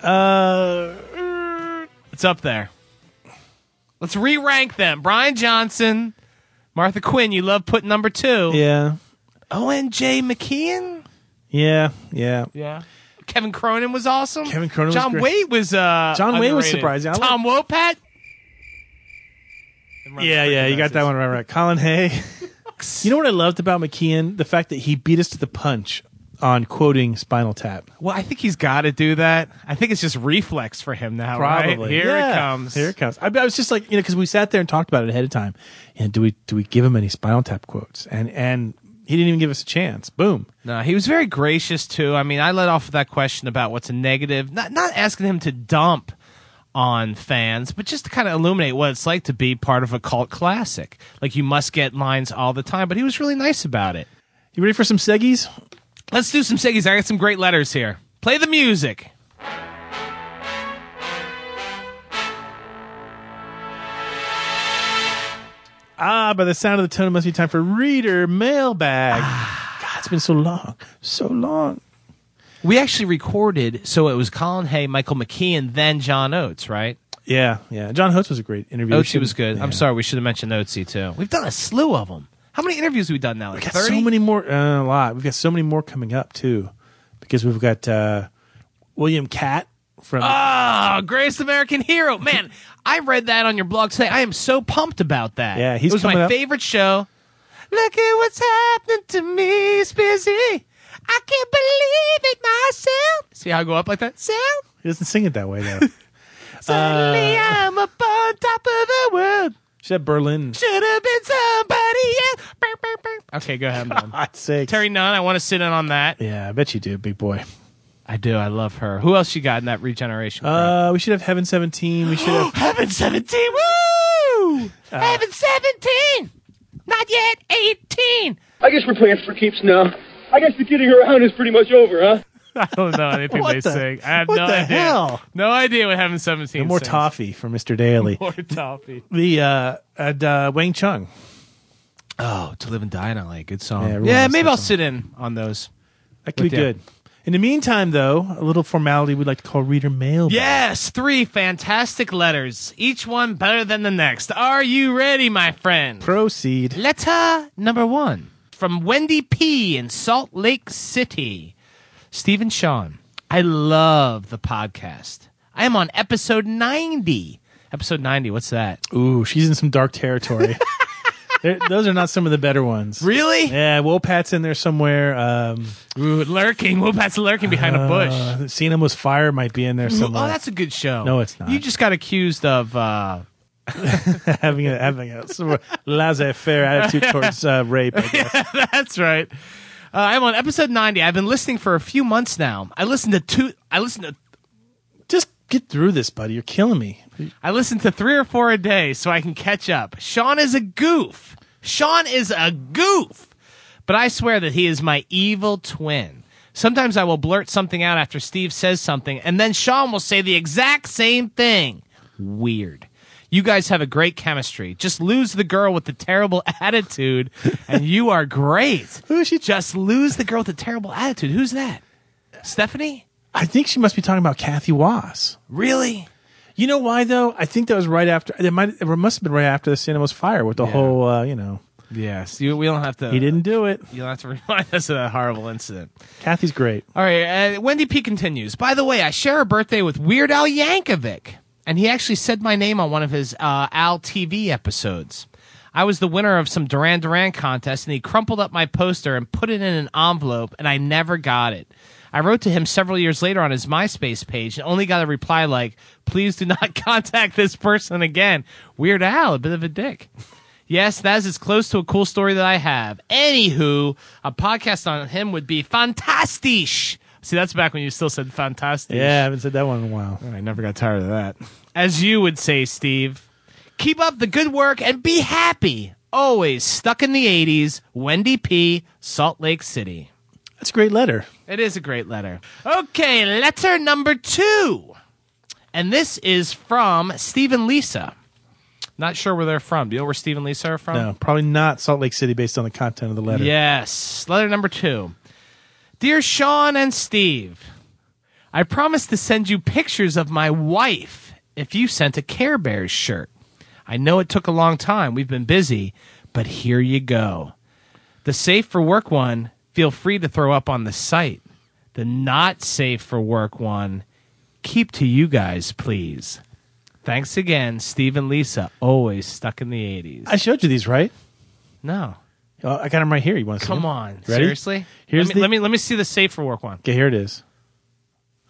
[SPEAKER 7] Uh,
[SPEAKER 9] it's up there. Let's re rank them. Brian Johnson, Martha Quinn, you love putting number two.
[SPEAKER 7] Yeah,
[SPEAKER 9] ONJ McKeon?
[SPEAKER 7] yeah, yeah.
[SPEAKER 9] Yeah. Kevin Cronin was awesome.
[SPEAKER 7] Kevin Cronin was
[SPEAKER 9] John
[SPEAKER 7] great.
[SPEAKER 9] Waite was uh
[SPEAKER 7] John Waite was
[SPEAKER 9] underrated.
[SPEAKER 7] surprising. I
[SPEAKER 9] Tom Wopat?
[SPEAKER 7] Yeah, yeah, you got that one right, right. Colin Hay. you know what I loved about McKeon? The fact that he beat us to the punch on quoting Spinal Tap.
[SPEAKER 9] Well, I think he's got to do that. I think it's just reflex for him now. right?
[SPEAKER 7] Probably.
[SPEAKER 9] Here
[SPEAKER 7] Yeah.
[SPEAKER 9] it comes.
[SPEAKER 7] Here it comes. I, I was just like, you know, because we sat there and talked about it ahead of time. And do we do we give him any Spinal Tap quotes? And and he didn't even give us a chance. Boom.
[SPEAKER 9] No, he was very gracious too. I mean, I let off with that question about what's a negative, not not asking him to dump on fans, but just to kind of illuminate what it's like to be part of a cult classic. Like you must get lines all the time, but he was really nice about it.
[SPEAKER 7] You ready for some seggies?
[SPEAKER 9] Let's do some seggies. I got some great letters here. Play the music.
[SPEAKER 7] Ah, by the sound of the tone, it must be time for reader mailbag. Ah, God, it's been so long, so long.
[SPEAKER 9] We actually recorded, so it was Colin Hay, Michael McKeon, then John Oates, right?
[SPEAKER 7] Yeah, yeah. John Hurst was a great interview.
[SPEAKER 9] Oates was good. I'm sorry, we should have mentioned Oatesy too. We've done a slew of them. How many interviews have we done now? Like
[SPEAKER 7] We've got
[SPEAKER 9] 30?
[SPEAKER 7] so many more. Uh, a lot. We've got so many more coming up too, because we've got uh, William Cat from
[SPEAKER 9] Ah, Greatest American Hero. Man, I read that on your blog today. I am so pumped about that.
[SPEAKER 7] Yeah, he's
[SPEAKER 9] It was
[SPEAKER 7] coming
[SPEAKER 9] my
[SPEAKER 7] up.
[SPEAKER 9] favorite show. Look at what's happening to me, Spizzy. I can't believe it myself. See how I go up like that? Self.
[SPEAKER 7] He doesn't sing it that way though.
[SPEAKER 9] Suddenly
[SPEAKER 7] Uh,
[SPEAKER 9] I'm up on top of the world.
[SPEAKER 7] she said Berlin.
[SPEAKER 9] Should have been somebody else. Burp, burp, burp. Okay, go ahead. I'm done. Terry Nunn, I want to sit in on that.
[SPEAKER 7] Yeah, I bet you do, big boy.
[SPEAKER 9] I do. I love her. Who else you got in that regeneration?
[SPEAKER 7] Uh, we should have Heaven Seventeen. We should have
[SPEAKER 9] Heaven 17. Woo! Heaven 17. Not yet 18.
[SPEAKER 2] I guess we're playing for keeps now. I guess the kidding around is pretty much over, huh?
[SPEAKER 9] I don't know anything
[SPEAKER 2] What
[SPEAKER 9] they
[SPEAKER 2] the-
[SPEAKER 9] sing. I have
[SPEAKER 2] what
[SPEAKER 9] no
[SPEAKER 2] the
[SPEAKER 9] idea.
[SPEAKER 2] hell?
[SPEAKER 9] No idea what Heaven 17
[SPEAKER 7] no more
[SPEAKER 9] sings.
[SPEAKER 7] toffee for Mister Daly.
[SPEAKER 9] More toffee.
[SPEAKER 7] The uh, and, uh, Wang Chung.
[SPEAKER 9] Oh, To Live and Die in LA. Good song. Yeah,
[SPEAKER 7] everyone loves
[SPEAKER 9] maybe
[SPEAKER 7] that
[SPEAKER 9] I'll sit in on those.
[SPEAKER 7] That could be good. In the meantime, though, a little formality we'd like to call reader mail.
[SPEAKER 9] Yes, three fantastic letters, each one better than the next. Are you ready, my friend?
[SPEAKER 7] Proceed.
[SPEAKER 9] Letter number one from Wendy P. in Salt Lake City. Stephen Sean, I love the podcast. I am on episode 90. Episode 90, what's that?
[SPEAKER 7] Ooh, she's in some dark territory. They're- those are not some of the better ones.
[SPEAKER 9] Really?
[SPEAKER 7] Yeah, Wopat's in there somewhere. Um,
[SPEAKER 9] Ooh, lurking. Wopat's lurking behind a bush.
[SPEAKER 7] Uh, Seen Him Was Fire might be in there somewhere.
[SPEAKER 9] Oh, that's a good show.
[SPEAKER 7] No, it's not.
[SPEAKER 9] You just got accused of. Uh,
[SPEAKER 7] having a, having a sort of laissez-faire attitude towards uh, rape. I guess.
[SPEAKER 9] That's right. Uh, I'm on episode 90. I've been listening for a few months now. I listened to two. I listened to.
[SPEAKER 7] Just get through this, buddy. You're killing me.
[SPEAKER 9] I listen to three or four a day so I can catch up. Sean is a goof. Sean is a goof. But I swear that he is my evil twin. Sometimes I will blurt something out after Steve says something, and then Sean will say the exact same thing. Weird. You guys have a great chemistry. Just lose the girl with the terrible attitude, and you are great.
[SPEAKER 7] Who is she?
[SPEAKER 9] Just lose the girl with the terrible attitude. Who's that? Stephanie?
[SPEAKER 7] I think she must be talking about Kathy Was.
[SPEAKER 9] Really?
[SPEAKER 7] You know why though? I think that was right after. It might. It must have been right after the Seen Him Was Fire with the whole. Uh, you know,
[SPEAKER 9] Yes. You, we don't have to.
[SPEAKER 7] he didn't do it.
[SPEAKER 9] You'll have to remind us of that horrible incident.
[SPEAKER 7] Kathy's great.
[SPEAKER 9] All right. Uh, Wendy P continues. By the way, I share a birthday with Weird Al Yankovic, and he actually said my name on one of his uh, Al TV episodes. I was the winner of some Duran Duran contest, and he crumpled up my poster and put it in an envelope, and I never got it. I wrote to him several years later on his MySpace page and only got a reply like, please do not contact this person again. Weird Al, a bit of a dick. Yes, that is as close to a cool story that I have. Anywho, a podcast on him would be fantastisch. See, that's back when you still said fantastic.
[SPEAKER 7] Yeah, I haven't said that one in a while.
[SPEAKER 9] I never got tired of that. As you would say, Steve. Keep up the good work and be happy. Always stuck in the 80s, Wendy P., Salt Lake City.
[SPEAKER 7] That's a great letter.
[SPEAKER 9] It is a great letter. Okay, letter number two. And this is from Steve and Lisa. Not sure where they're from. Do you know where Steve and Lisa are from?
[SPEAKER 7] No, probably not Salt Lake City based on the content of the letter.
[SPEAKER 9] Yes. Letter number two. Dear Sean and Steve, I promised to send you pictures of my wife if you sent a Care Bears shirt. I know it took a long time. We've been busy, but here you go. The safe for work one, feel free to throw up on the site. The not safe for work one, keep to you guys, please. Thanks again, Steve and Lisa, always stuck in the 80s.
[SPEAKER 7] I showed you these, right?
[SPEAKER 9] No.
[SPEAKER 7] Oh, I got them right here. You want to see?
[SPEAKER 9] Come
[SPEAKER 7] them?
[SPEAKER 9] on,
[SPEAKER 7] Ready?
[SPEAKER 9] seriously?
[SPEAKER 7] Here's
[SPEAKER 9] let, me,
[SPEAKER 7] the-
[SPEAKER 9] let me let me see the safe for work one.
[SPEAKER 7] Okay, here it is.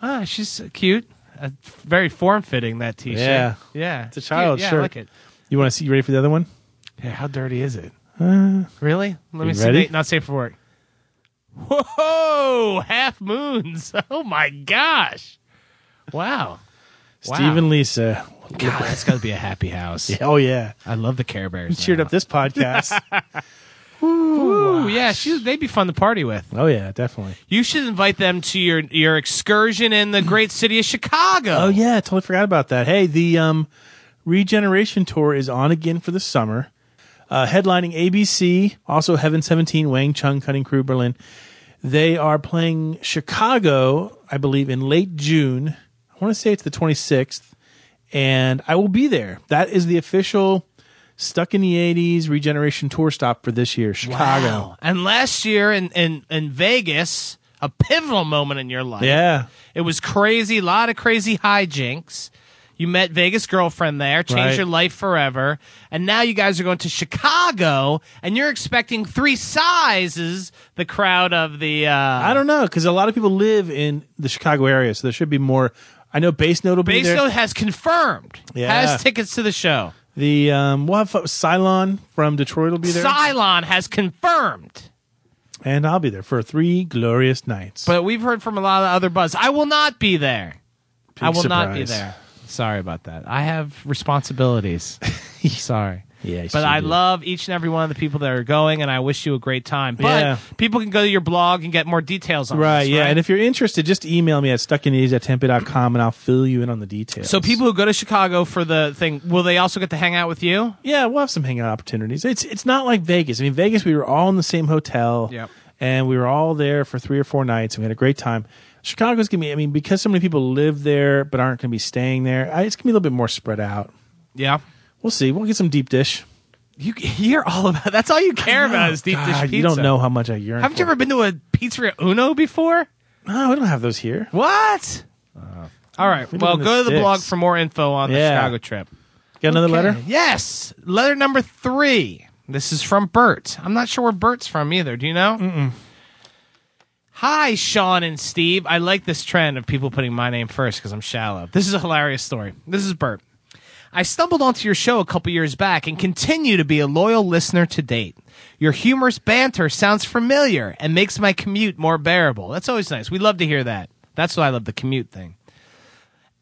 [SPEAKER 9] Ah, she's uh, cute. Uh, very form fitting that t-shirt.
[SPEAKER 7] Yeah,
[SPEAKER 9] yeah.
[SPEAKER 7] It's a child
[SPEAKER 9] yeah,
[SPEAKER 7] shirt.
[SPEAKER 9] I like it.
[SPEAKER 7] You want to see? You ready for the other one?
[SPEAKER 9] Yeah, how dirty is it?
[SPEAKER 7] Uh,
[SPEAKER 9] Really? Let
[SPEAKER 7] You
[SPEAKER 9] me see.
[SPEAKER 7] ready?
[SPEAKER 9] the- not safe for work. Whoa! Half moons. Oh my gosh! Wow. Wow.
[SPEAKER 7] Steve and Lisa.
[SPEAKER 9] God, that's got to be a happy house.
[SPEAKER 7] Yeah, oh yeah,
[SPEAKER 9] I love the Care
[SPEAKER 7] we
[SPEAKER 9] Bears.
[SPEAKER 7] cheered up this podcast.
[SPEAKER 9] Ooh, yeah, she, they'd be fun to party with.
[SPEAKER 7] oh yeah, definitely.
[SPEAKER 9] You should invite them to your your excursion in the great city of Chicago.
[SPEAKER 7] Oh yeah, I totally forgot about that. Hey, the um, Regeneration tour is on again for the summer. Uh, headlining ABC, also Heaven Seventeen, Wang Chung, Cutting Crew, Berlin. They are playing Chicago, I believe, in late June. I want to say it's the twenty sixth, and I will be there. That is the official Stuck in the Eighties Regeneration tour stop for this year, Chicago.
[SPEAKER 9] And last year in in, in Vegas, a pivotal moment in your life.
[SPEAKER 7] Yeah.
[SPEAKER 9] It was crazy, a lot of crazy hijinks. You met Vegas girlfriend there, changed
[SPEAKER 7] Right.
[SPEAKER 9] your life forever, and now you guys are going to Chicago, and you're expecting three sizes the crowd of the. Uh,
[SPEAKER 7] I don't know because a lot of people live in the Chicago area, so there should be more. I know Base Note will be
[SPEAKER 9] Base
[SPEAKER 7] there.
[SPEAKER 9] Note has confirmed.
[SPEAKER 7] Yeah.
[SPEAKER 9] Has tickets to the show.
[SPEAKER 7] the um, we'll have fo- Cylon from Detroit will be there,
[SPEAKER 9] Cylon has confirmed.
[SPEAKER 7] and I'll be there for three glorious nights.
[SPEAKER 9] But we've heard from a lot of other buzz. I will not be there. I
[SPEAKER 7] Big
[SPEAKER 9] will not be
[SPEAKER 7] surprise.
[SPEAKER 9] there. Sorry about that. I have responsibilities. Sorry.
[SPEAKER 7] Yeah,
[SPEAKER 9] But
[SPEAKER 7] you
[SPEAKER 9] I
[SPEAKER 7] do.
[SPEAKER 9] love each and every one of the people that are going, and I wish you a great time. But
[SPEAKER 7] Yeah.
[SPEAKER 9] people can go to your blog and get more details on
[SPEAKER 7] Right,
[SPEAKER 9] this,
[SPEAKER 7] yeah. And if you're interested, just email me at stuckiniddies at tempe.com and I'll fill you in on the details.
[SPEAKER 9] So people who go to Chicago for the thing, will they also get to hang out with you?
[SPEAKER 7] yeah, we'll have some hangout opportunities. It's it's not like Vegas. I mean, Vegas, we were all in the same hotel.
[SPEAKER 9] Yep.
[SPEAKER 7] And we were all there for three or four nights and we had a great time. Chicago's going to be, I mean, because so many people live there but aren't going to be staying there, I, it's going to be a little bit more spread out.
[SPEAKER 9] Yeah.
[SPEAKER 7] We'll see. We'll get some deep dish.
[SPEAKER 9] You hear all about that's all you care about is deep dish
[SPEAKER 7] God,
[SPEAKER 9] pizza.
[SPEAKER 7] You don't know how much I yearn.
[SPEAKER 9] Haven't you ever been to a pizzeria Uno before?
[SPEAKER 7] No, we don't have those here.
[SPEAKER 9] What? All right.
[SPEAKER 7] We live
[SPEAKER 9] Well,
[SPEAKER 7] Uh, in the
[SPEAKER 9] go to the
[SPEAKER 7] sticks.
[SPEAKER 9] blog for more info on the
[SPEAKER 7] Yeah.
[SPEAKER 9] Chicago trip.
[SPEAKER 7] Got another
[SPEAKER 9] Okay.
[SPEAKER 7] letter?
[SPEAKER 9] Yes. Letter number three. This is from Bert. I'm not sure where Bert's from either. Do you know? Mm-mm. Hi, Sean and Steve. I like this trend of people putting my name first because I'm shallow. This is a hilarious story. This is Bert. I stumbled onto your show a couple years back and continue to be a loyal listener to date. Your humorous banter sounds familiar and makes my commute more bearable. That's always nice. We love to hear that. That's why I love the commute thing.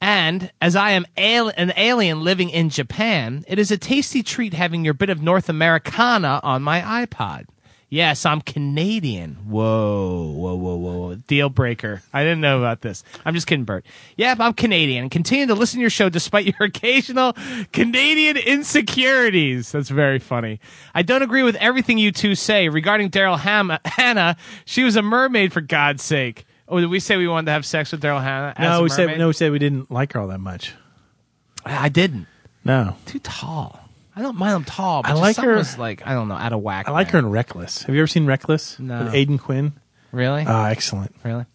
[SPEAKER 9] And as I am al- an alien living in Japan, it is a tasty treat having your bit of North Americana on my iPod. Yes, I'm Canadian. Whoa, whoa, whoa, whoa, whoa. Deal breaker. I didn't know about this. I'm just kidding, Bert. Yep, I'm Canadian. Continue to listen to your show despite your occasional Canadian insecurities. That's very funny. I don't agree with everything you two say regarding Daryl Ham- Hannah. She was a mermaid, for God's sake. Oh, did we say we wanted to have sex with Daryl Hannah? Uh, as
[SPEAKER 7] No,
[SPEAKER 9] a
[SPEAKER 7] we said,
[SPEAKER 9] mermaid?
[SPEAKER 7] no, we said we didn't like her all that much.
[SPEAKER 9] I didn't.
[SPEAKER 7] No.
[SPEAKER 9] Too tall. I don't mind them tall, Oh, but
[SPEAKER 7] I
[SPEAKER 9] just
[SPEAKER 7] like
[SPEAKER 9] something
[SPEAKER 7] her-
[SPEAKER 9] was like I don't know, out of whack.
[SPEAKER 7] I like her in Reckless. Have you ever seen Reckless?
[SPEAKER 9] No.
[SPEAKER 7] With Aiden Quinn?
[SPEAKER 9] Really?
[SPEAKER 7] Ah, excellent.
[SPEAKER 9] Really?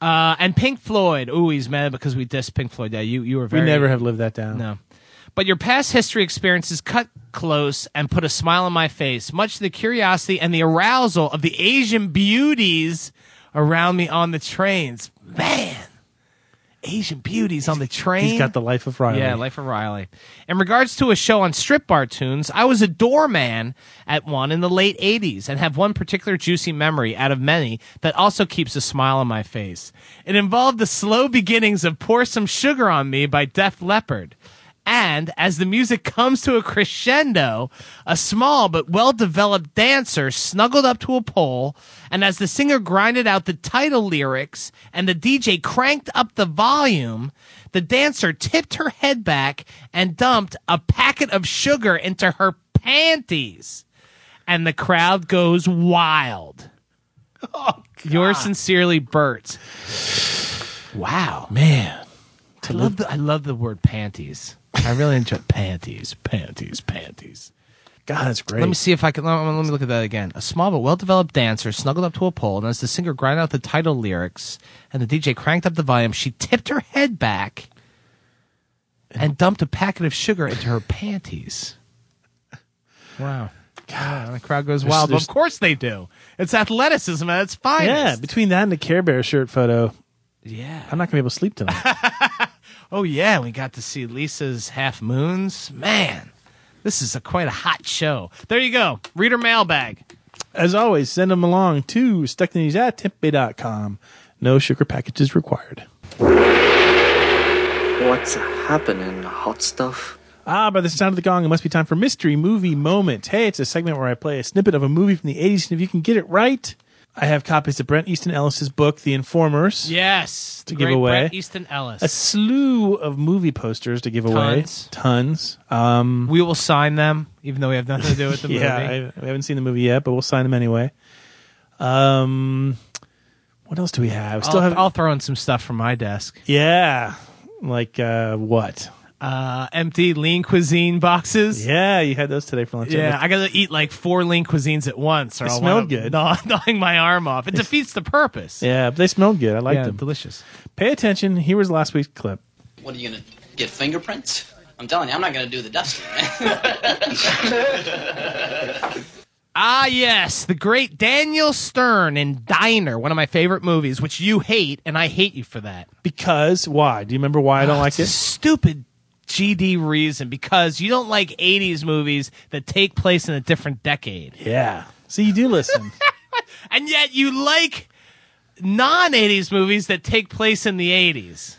[SPEAKER 9] Uh, and Pink Floyd. Ooh, he's mad because we dissed Pink Floyd. Yeah, you you were very.
[SPEAKER 7] we never have lived that down.
[SPEAKER 9] No. But your past history experiences cut close and put a smile on my face, much to the curiosity and the arousal of the Asian beauties around me on the trains. Man, Asian beauties on the train.
[SPEAKER 7] He's got the life of Riley.
[SPEAKER 9] Yeah, Life of Riley. In regards to a show on strip bar tunes, I was a doorman at one in the late 80s and have one particular juicy memory out of many that also keeps a smile on my face. It involved the slow beginnings of Pour Some Sugar on Me by Def Leppard. And as the music comes to a crescendo, a small but well developed dancer snuggled up to a pole. And as the singer grinded out the title lyrics and the DJ cranked up the volume, the dancer tipped her head back and dumped a packet of sugar into her panties. And the crowd goes wild. Oh, Yours sincerely, Bert. Wow.
[SPEAKER 7] Man.
[SPEAKER 9] I love the I love the word panties. I really enjoy panties, panties, panties.
[SPEAKER 7] God, that's great.
[SPEAKER 9] Let me see if I can. Let me, let me look at that again. A small but well-developed dancer snuggled up to a pole, and as the singer grinded out the title lyrics and the DJ cranked up the volume, she tipped her head back and dumped a packet of sugar into her panties. Wow. God, the crowd goes
[SPEAKER 7] There's-
[SPEAKER 9] wild.
[SPEAKER 7] there's-
[SPEAKER 9] of course they do. It's athleticism and it's fine.
[SPEAKER 7] Yeah, between that and the Care Bear shirt photo,
[SPEAKER 9] Yeah.
[SPEAKER 7] I'm not going to be able to sleep tonight.
[SPEAKER 9] Oh yeah, we got to see Lisa's half moons. Man, this is a quite a hot show. There you go. Reader mailbag.
[SPEAKER 7] As always, send them along to stucknews at tempe.com. No sugar packages required.
[SPEAKER 15] What's happening, hot stuff?
[SPEAKER 7] Ah, by the sound of the gong, it must be time for Mystery Movie Moment. Hey, it's a segment where I play a snippet of a movie from the 80s, and if you can get it right, I have copies of Brent Easton Ellis's book, The Informers.
[SPEAKER 9] Yes,
[SPEAKER 7] To
[SPEAKER 9] the
[SPEAKER 7] give
[SPEAKER 9] great
[SPEAKER 7] away.
[SPEAKER 9] Bret Easton Ellis.
[SPEAKER 7] A slew of movie posters to give away.
[SPEAKER 9] Tons.
[SPEAKER 7] Tons. Um,
[SPEAKER 9] we will sign them, even though we have nothing to do with the
[SPEAKER 7] yeah,
[SPEAKER 9] movie.
[SPEAKER 7] I, we haven't seen the movie yet, but we'll sign them anyway. Um, what else do we have? We
[SPEAKER 9] I'll, I'll throw in some stuff from my desk.
[SPEAKER 7] Yeah. Like uh what?
[SPEAKER 9] uh, empty lean cuisine boxes.
[SPEAKER 7] Yeah, you had those today for lunch.
[SPEAKER 9] Yeah, I gotta eat like four lean cuisines at once, or
[SPEAKER 7] They
[SPEAKER 9] I'll
[SPEAKER 7] smelled
[SPEAKER 9] wind
[SPEAKER 7] good.
[SPEAKER 9] up gnaw- gnawing my arm off. It defeats the purpose.
[SPEAKER 7] Yeah, but they smelled good. I liked
[SPEAKER 9] Yeah,
[SPEAKER 7] them.
[SPEAKER 9] Delicious.
[SPEAKER 7] Pay attention. Here was last week's clip.
[SPEAKER 16] What are you gonna get fingerprints? I'm telling you, I'm not gonna do the dusting.
[SPEAKER 9] Ah, yes, the great Daniel Stern in Diner, one of my favorite movies, which you hate, and I hate you for that.
[SPEAKER 7] Because why? Do you remember why I
[SPEAKER 9] Ah,
[SPEAKER 7] don't like it?
[SPEAKER 9] Stupid GD reason because you don't like 80s movies that take place in a different decade.
[SPEAKER 7] Yeah. See, you do listen.
[SPEAKER 9] And yet you like non 80s movies that take place in the 80s.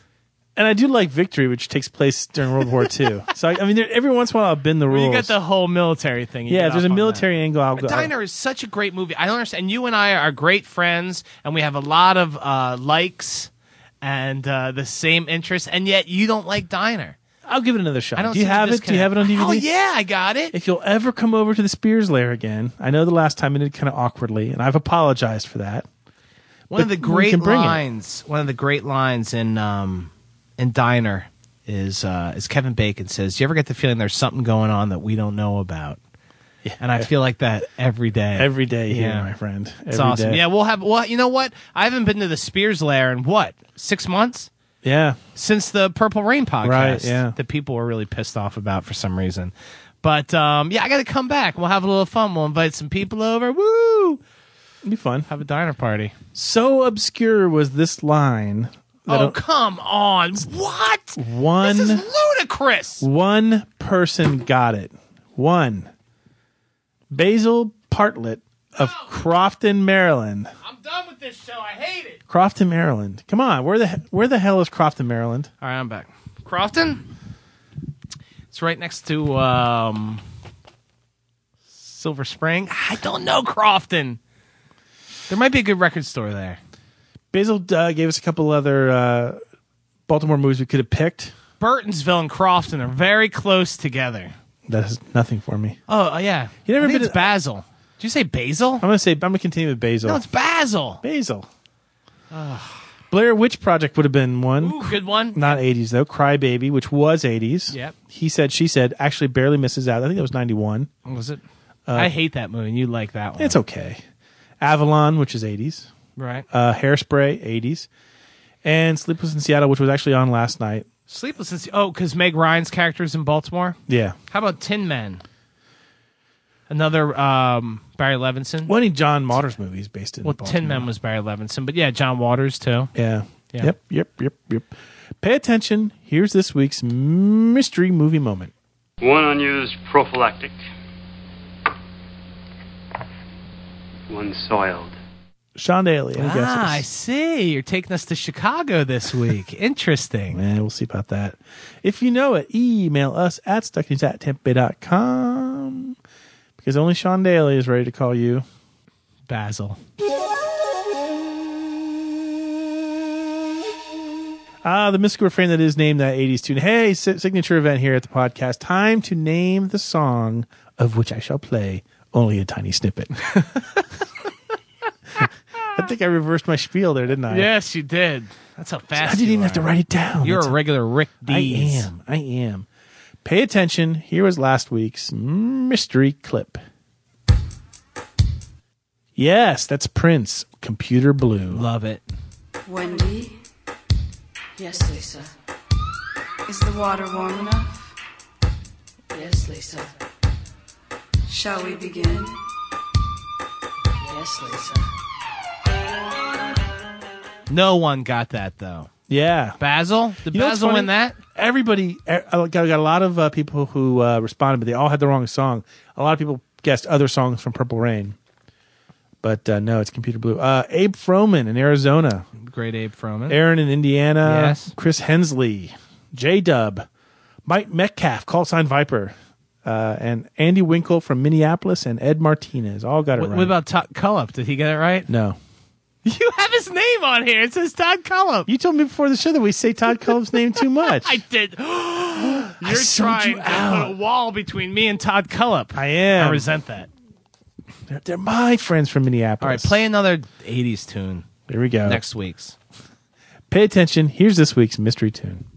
[SPEAKER 7] and I do like Victory, which takes place during World War II. So I, I mean, there, every once in a while I'll bend the rules.
[SPEAKER 9] You got the whole military thing. you
[SPEAKER 7] yeah,
[SPEAKER 9] get
[SPEAKER 7] if there's a
[SPEAKER 9] off on.
[SPEAKER 7] military angle, I'll go. I'll-
[SPEAKER 9] Diner is such a great movie. I don't understand. And you and I are great friends, and we have a lot of uh, likes and uh, the same interests, and yet you don't like Diner.
[SPEAKER 7] I'll give it another shot.
[SPEAKER 9] I don't
[SPEAKER 7] do you
[SPEAKER 9] see the
[SPEAKER 7] have it? Do you have it on DVD?
[SPEAKER 9] disconnect. Oh, yeah, I got it.
[SPEAKER 7] If you'll ever come over to the Spears Lair again, I know the last time it did kind of awkwardly, and I've apologized for that.
[SPEAKER 9] One of the
[SPEAKER 7] But we
[SPEAKER 9] great
[SPEAKER 7] can bring it.
[SPEAKER 9] lines. One of the great lines in um, in Diner is uh, is Kevin Bacon says, "Do you ever get the feeling there's something going on that we don't know about?" And I feel like that every day.
[SPEAKER 7] Every day here, my friend.
[SPEAKER 9] it's
[SPEAKER 7] Every
[SPEAKER 9] awesome.
[SPEAKER 7] day.
[SPEAKER 9] Yeah, we'll have. Well, you know what? I haven't been to the Spears Lair in what six months
[SPEAKER 7] Yeah.
[SPEAKER 9] since the Purple Rain podcast.
[SPEAKER 7] Right, yeah.
[SPEAKER 9] that people were really pissed off about for some reason. But um, yeah, I got to come back. We'll have a little fun. We'll invite some people over. Woo!
[SPEAKER 7] It'd be fun.
[SPEAKER 9] Have a diner party.
[SPEAKER 7] So obscure was this line that
[SPEAKER 9] oh come on! What?
[SPEAKER 7] a- one
[SPEAKER 9] ludicrous.
[SPEAKER 7] one person got it. One. Basil Partlet of Crofton, Maryland.
[SPEAKER 9] I'm done with this show. I hate it.
[SPEAKER 7] Crofton, Maryland. Come on, where the he- where the hell is Crofton, Maryland?
[SPEAKER 9] All right, I'm back. Crofton. It's right next to um, Silver Spring. I don't know Crofton. There might be a good record store there.
[SPEAKER 7] Basil uh, gave us a couple other uh, Baltimore movies we could have picked.
[SPEAKER 9] Burtonsville and Crofton are very close together.
[SPEAKER 7] That has nothing for me.
[SPEAKER 9] Oh yeah,
[SPEAKER 7] You never
[SPEAKER 9] I think
[SPEAKER 7] been
[SPEAKER 9] it's Basil? Did you say Basil? I'm
[SPEAKER 7] gonna say I'm gonna continue with Basil.
[SPEAKER 9] No, it's Basil.
[SPEAKER 7] Basil. Blair Witch Project would have been one.
[SPEAKER 9] Ooh, good one.
[SPEAKER 7] Not 80s though. Crybaby, which was 80s.
[SPEAKER 9] Yep.
[SPEAKER 7] He said, she said. Actually, barely misses out. I think that was 91.
[SPEAKER 9] Oh, Was it?
[SPEAKER 7] Uh,
[SPEAKER 9] I hate that movie. and You like that one?
[SPEAKER 7] It's okay. Avalon, which is 80s.
[SPEAKER 9] Right.
[SPEAKER 7] Uh, Hairspray, 80s. And Sleepless in Seattle, which was actually on last night.
[SPEAKER 9] Sleepless. In Se- oh, because Meg Ryan's character is in Baltimore.
[SPEAKER 7] Yeah.
[SPEAKER 9] How about Tin Man? Another um, Barry Levinson.
[SPEAKER 7] Well, any John Mater's movies based in
[SPEAKER 9] Well, Tin Man was Barry Levinson, but yeah, John Waters too.
[SPEAKER 7] Yeah.
[SPEAKER 9] Yeah.
[SPEAKER 7] Yep, yep, yep, yep. Pay attention. Here's this week's mystery movie moment.
[SPEAKER 17] One unused prophylactic. One soiled.
[SPEAKER 7] Sean Daly, any guesses?
[SPEAKER 9] Ah, I see. You're taking us to Chicago this week. Interesting.
[SPEAKER 7] Man, we'll see about that. If you know it, email us at stucknews at tampabay.com because only Sean Daly is ready to call you
[SPEAKER 9] Basil.
[SPEAKER 7] Ah, the mystical refrain that is named that 80s tune. Hey, si- signature event here at the podcast. Time to name the song of which I shall play only a tiny snippet. I think I reversed my spiel there, didn't I?
[SPEAKER 9] Yes, you did. That's how fast.
[SPEAKER 7] I didn't
[SPEAKER 9] you
[SPEAKER 7] even have to
[SPEAKER 9] are.
[SPEAKER 7] write it down.
[SPEAKER 9] You're
[SPEAKER 7] That's-
[SPEAKER 9] a regular Rick
[SPEAKER 7] I
[SPEAKER 9] Dees.
[SPEAKER 7] am. I am. Pay attention. Here was last week's mystery clip. Yes, that's Prince. Computer Blue.
[SPEAKER 9] Love it.
[SPEAKER 18] Wendy? Yes, Lisa. Is the water warm enough? Yes, Lisa. Shall we begin? Yes, Lisa.
[SPEAKER 9] No one got that though.
[SPEAKER 7] Yeah.
[SPEAKER 9] Basil? Did
[SPEAKER 7] You know what's
[SPEAKER 9] Basil win
[SPEAKER 7] funny?
[SPEAKER 9] that?
[SPEAKER 7] Everybody er- I got, got a lot of uh, people who uh, responded, but they all had the wrong song. A lot of people guessed other songs from Purple Rain, but uh, no, it's Computer Blue. Uh, Abe Froman in Arizona,
[SPEAKER 9] Great Abe Froman.
[SPEAKER 7] Aaron in Indiana,
[SPEAKER 9] Yes.
[SPEAKER 7] Chris Hensley, J Dub, Mike Metcalf, call sign Viper, uh, and Andy Winkle from Minneapolis, and Ed Martinez all got it
[SPEAKER 9] What,
[SPEAKER 7] right.
[SPEAKER 9] what about Todd Cullop? Did he get it right?
[SPEAKER 7] no.
[SPEAKER 9] You have his name on here. It says Todd Cullop.
[SPEAKER 7] You told me before the show that we say Todd Cullop's name too much.
[SPEAKER 9] I did. You're
[SPEAKER 7] sold
[SPEAKER 9] trying
[SPEAKER 7] you
[SPEAKER 9] to
[SPEAKER 7] out.
[SPEAKER 9] put a wall between me and Todd Cullop.
[SPEAKER 7] I am.
[SPEAKER 9] I resent that.
[SPEAKER 7] They're, they're my friends from Minneapolis.
[SPEAKER 9] All right, play another 80s tune.
[SPEAKER 7] There we go.
[SPEAKER 9] Next week's.
[SPEAKER 7] Pay attention. Here's this week's mystery tune.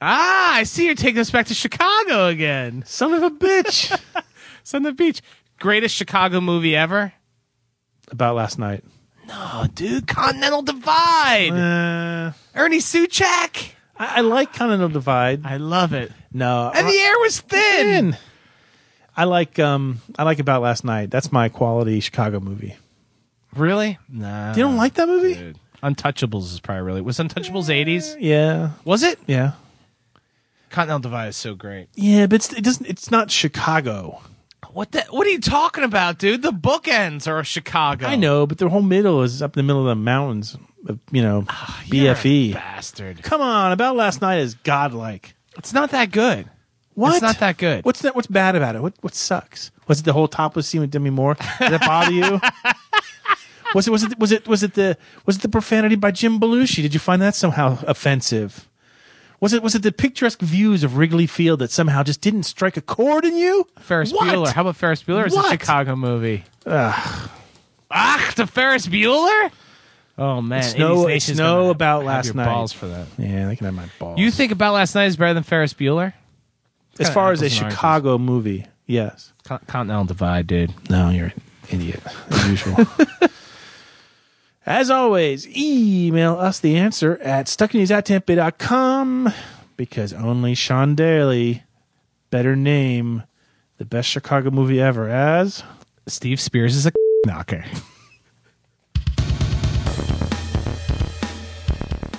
[SPEAKER 9] Ah, I see you're taking us back to Chicago again.
[SPEAKER 7] Son of a bitch.
[SPEAKER 9] Son of a bitch. Greatest Chicago movie ever?
[SPEAKER 7] About last night.
[SPEAKER 9] No, dude. Continental Divide. Ernie Suchak.
[SPEAKER 7] Uh, I, I like Continental Divide.
[SPEAKER 9] I love it.
[SPEAKER 7] No.
[SPEAKER 9] And
[SPEAKER 7] I-
[SPEAKER 9] the air was thin.
[SPEAKER 7] Thin. I like um I like About Last Night. That's my quality Chicago movie.
[SPEAKER 9] Really? Nah.
[SPEAKER 7] You don't like that movie?
[SPEAKER 9] Untouchables is probably really. Was Untouchables 80s?
[SPEAKER 7] Yeah.
[SPEAKER 9] Was it?
[SPEAKER 7] Yeah.
[SPEAKER 9] Continental Divide is so great.
[SPEAKER 7] Yeah, but it's, it doesn't it's not Chicago.
[SPEAKER 9] What the, What are you talking about, dude? The bookends are of Chicago.
[SPEAKER 7] I know, but their whole middle is up in the middle of the mountains, of, you know,
[SPEAKER 9] Ah, You're a
[SPEAKER 7] BFE.
[SPEAKER 9] bastard.
[SPEAKER 7] Come on, About Last Night is godlike.
[SPEAKER 9] It's not that good.
[SPEAKER 7] What?
[SPEAKER 9] It's not that good.
[SPEAKER 7] What's that? What's bad about it? What What sucks? Was it the whole topless scene with Demi Moore? Did that bother you? Was it? Was it? Was it? Was it the? Was it the profanity by Jim Belushi? Did you find that somehow offensive? Was it? Was it the picturesque views of Wrigley Field that somehow just didn't strike a chord in you?
[SPEAKER 9] Ferris
[SPEAKER 7] What?
[SPEAKER 9] Bueller. How about Ferris Bueller? It's a
[SPEAKER 7] What?
[SPEAKER 9] Chicago movie.
[SPEAKER 7] Ugh.
[SPEAKER 9] Ach, to Ferris Bueller. Oh man,
[SPEAKER 7] It's no-
[SPEAKER 9] 80s
[SPEAKER 7] it's
[SPEAKER 9] Nation's
[SPEAKER 7] no
[SPEAKER 9] gonna
[SPEAKER 7] about
[SPEAKER 9] have
[SPEAKER 7] last
[SPEAKER 9] your
[SPEAKER 7] night.
[SPEAKER 9] Balls for that.
[SPEAKER 7] Yeah, they can have my balls.
[SPEAKER 9] You think about last night is better than Ferris Bueller?
[SPEAKER 7] as
[SPEAKER 9] kinda
[SPEAKER 7] far as a
[SPEAKER 9] apples and oranges.
[SPEAKER 7] Chicago movie, yes.
[SPEAKER 9] Con- Continental Divide, dude.
[SPEAKER 7] No, you're an idiot, as usual. as always, email us the answer at stucknews at tampa.com because only Sean Daly, better name, the best Chicago movie ever, as
[SPEAKER 9] Steve Spears is a knocker.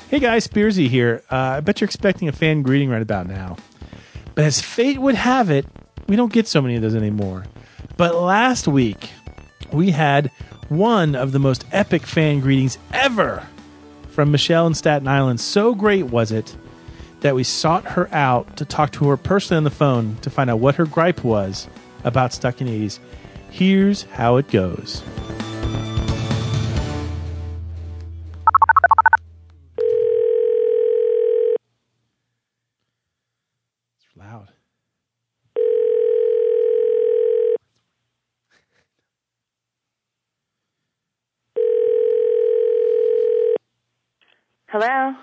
[SPEAKER 7] Hey guys, Spearsy here. Uh, I bet you're expecting a fan greeting right about now. But as fate would have it, we don't get so many of those anymore. But last week, we had one of the most epic fan greetings ever from Michelle in Staten Island. So great was it that we sought her out to talk to her personally on the phone to find out what her gripe was about Stuck in the 80s. Here's how it goes. Loud.
[SPEAKER 8] Hello.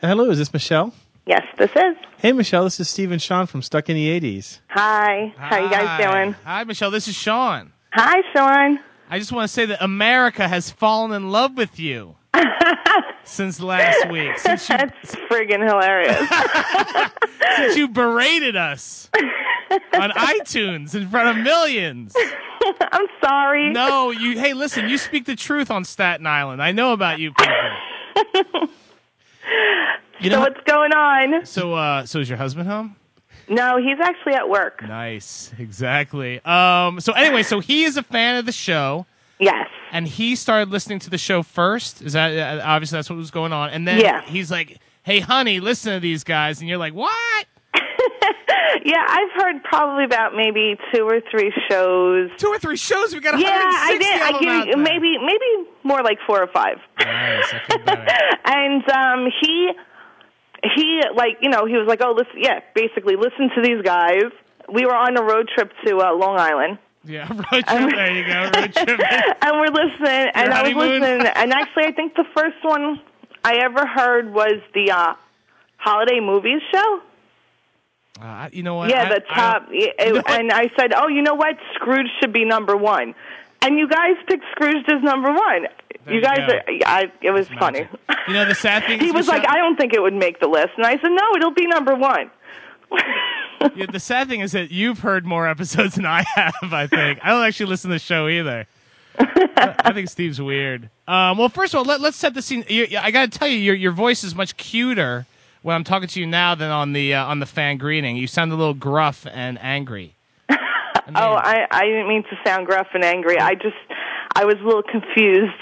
[SPEAKER 7] Hello, is this Michelle?
[SPEAKER 8] Yes, this is.
[SPEAKER 7] Hey, Michelle, this is Steve and Sean from Stuck in the 80s.
[SPEAKER 8] Hi. How you guys doing?
[SPEAKER 9] Hi, Michelle. This is Sean.
[SPEAKER 8] Hi, Sean.
[SPEAKER 9] I just want to say that America has fallen in love with you since last week. Since you,
[SPEAKER 8] That's friggin' hilarious.
[SPEAKER 9] since you berated us on iTunes in front of millions.
[SPEAKER 8] I'm sorry.
[SPEAKER 9] No, you. Hey, listen. You speak the truth on Staten Island. I know about you people.
[SPEAKER 7] You
[SPEAKER 8] so what's going on?
[SPEAKER 9] So, uh, so is your husband home?
[SPEAKER 8] No, he's actually at work.
[SPEAKER 9] Nice, exactly. Um, so anyway, so he is a fan of the show.
[SPEAKER 8] Yes.
[SPEAKER 9] And he started listening to the show first. Is that uh, obviously that's what was going on? And then
[SPEAKER 8] Yeah.
[SPEAKER 9] he's like, "Hey, honey, listen to these guys," and you're like, "What?"
[SPEAKER 8] Yeah, I've heard probably about maybe two or three shows.
[SPEAKER 9] Two or three shows? We got
[SPEAKER 8] Yeah, I
[SPEAKER 9] 160
[SPEAKER 8] did. I
[SPEAKER 9] of them out
[SPEAKER 8] give you
[SPEAKER 9] there.
[SPEAKER 8] maybe maybe more like four or five.
[SPEAKER 9] Nice.
[SPEAKER 8] and um, he he like you know he was like oh listen yeah basically listen to these guys. We were on a road trip to uh, Long Island.
[SPEAKER 9] Yeah, road trip. there you go. Road trip.
[SPEAKER 8] and we're listening, and I was
[SPEAKER 9] honeymoon?
[SPEAKER 8] listening, and actually, I think the first one I ever heard was the uh, holiday movies show.
[SPEAKER 9] Uh, you know what?
[SPEAKER 8] yeah,
[SPEAKER 9] I-
[SPEAKER 8] the
[SPEAKER 9] I-
[SPEAKER 8] top. yeah, it- and I said, oh, you know what? Scrooge should be number one. And you guys picked Scrooge as number one. you
[SPEAKER 9] you
[SPEAKER 8] guys,
[SPEAKER 9] go.
[SPEAKER 8] are, I, it was funny.
[SPEAKER 9] you know the sad thing.
[SPEAKER 8] He
[SPEAKER 9] is,
[SPEAKER 8] was like,
[SPEAKER 9] Michelle-
[SPEAKER 8] I don't think it would make the list, and I said, no, it'll be number one.
[SPEAKER 9] Yeah, the sad thing is that you've heard more episodes than I have. I think I don't actually listen to the show either. I I think Steve's weird. Um, well, first of all, let, let's set the scene. You, you- I got to tell you, your your voice is much cuter when I'm talking to you now than on the uh, on the fan greeting. You sound a little gruff and angry.
[SPEAKER 8] Oh, I, I didn't mean to sound gruff and angry. I just, I was a little confused.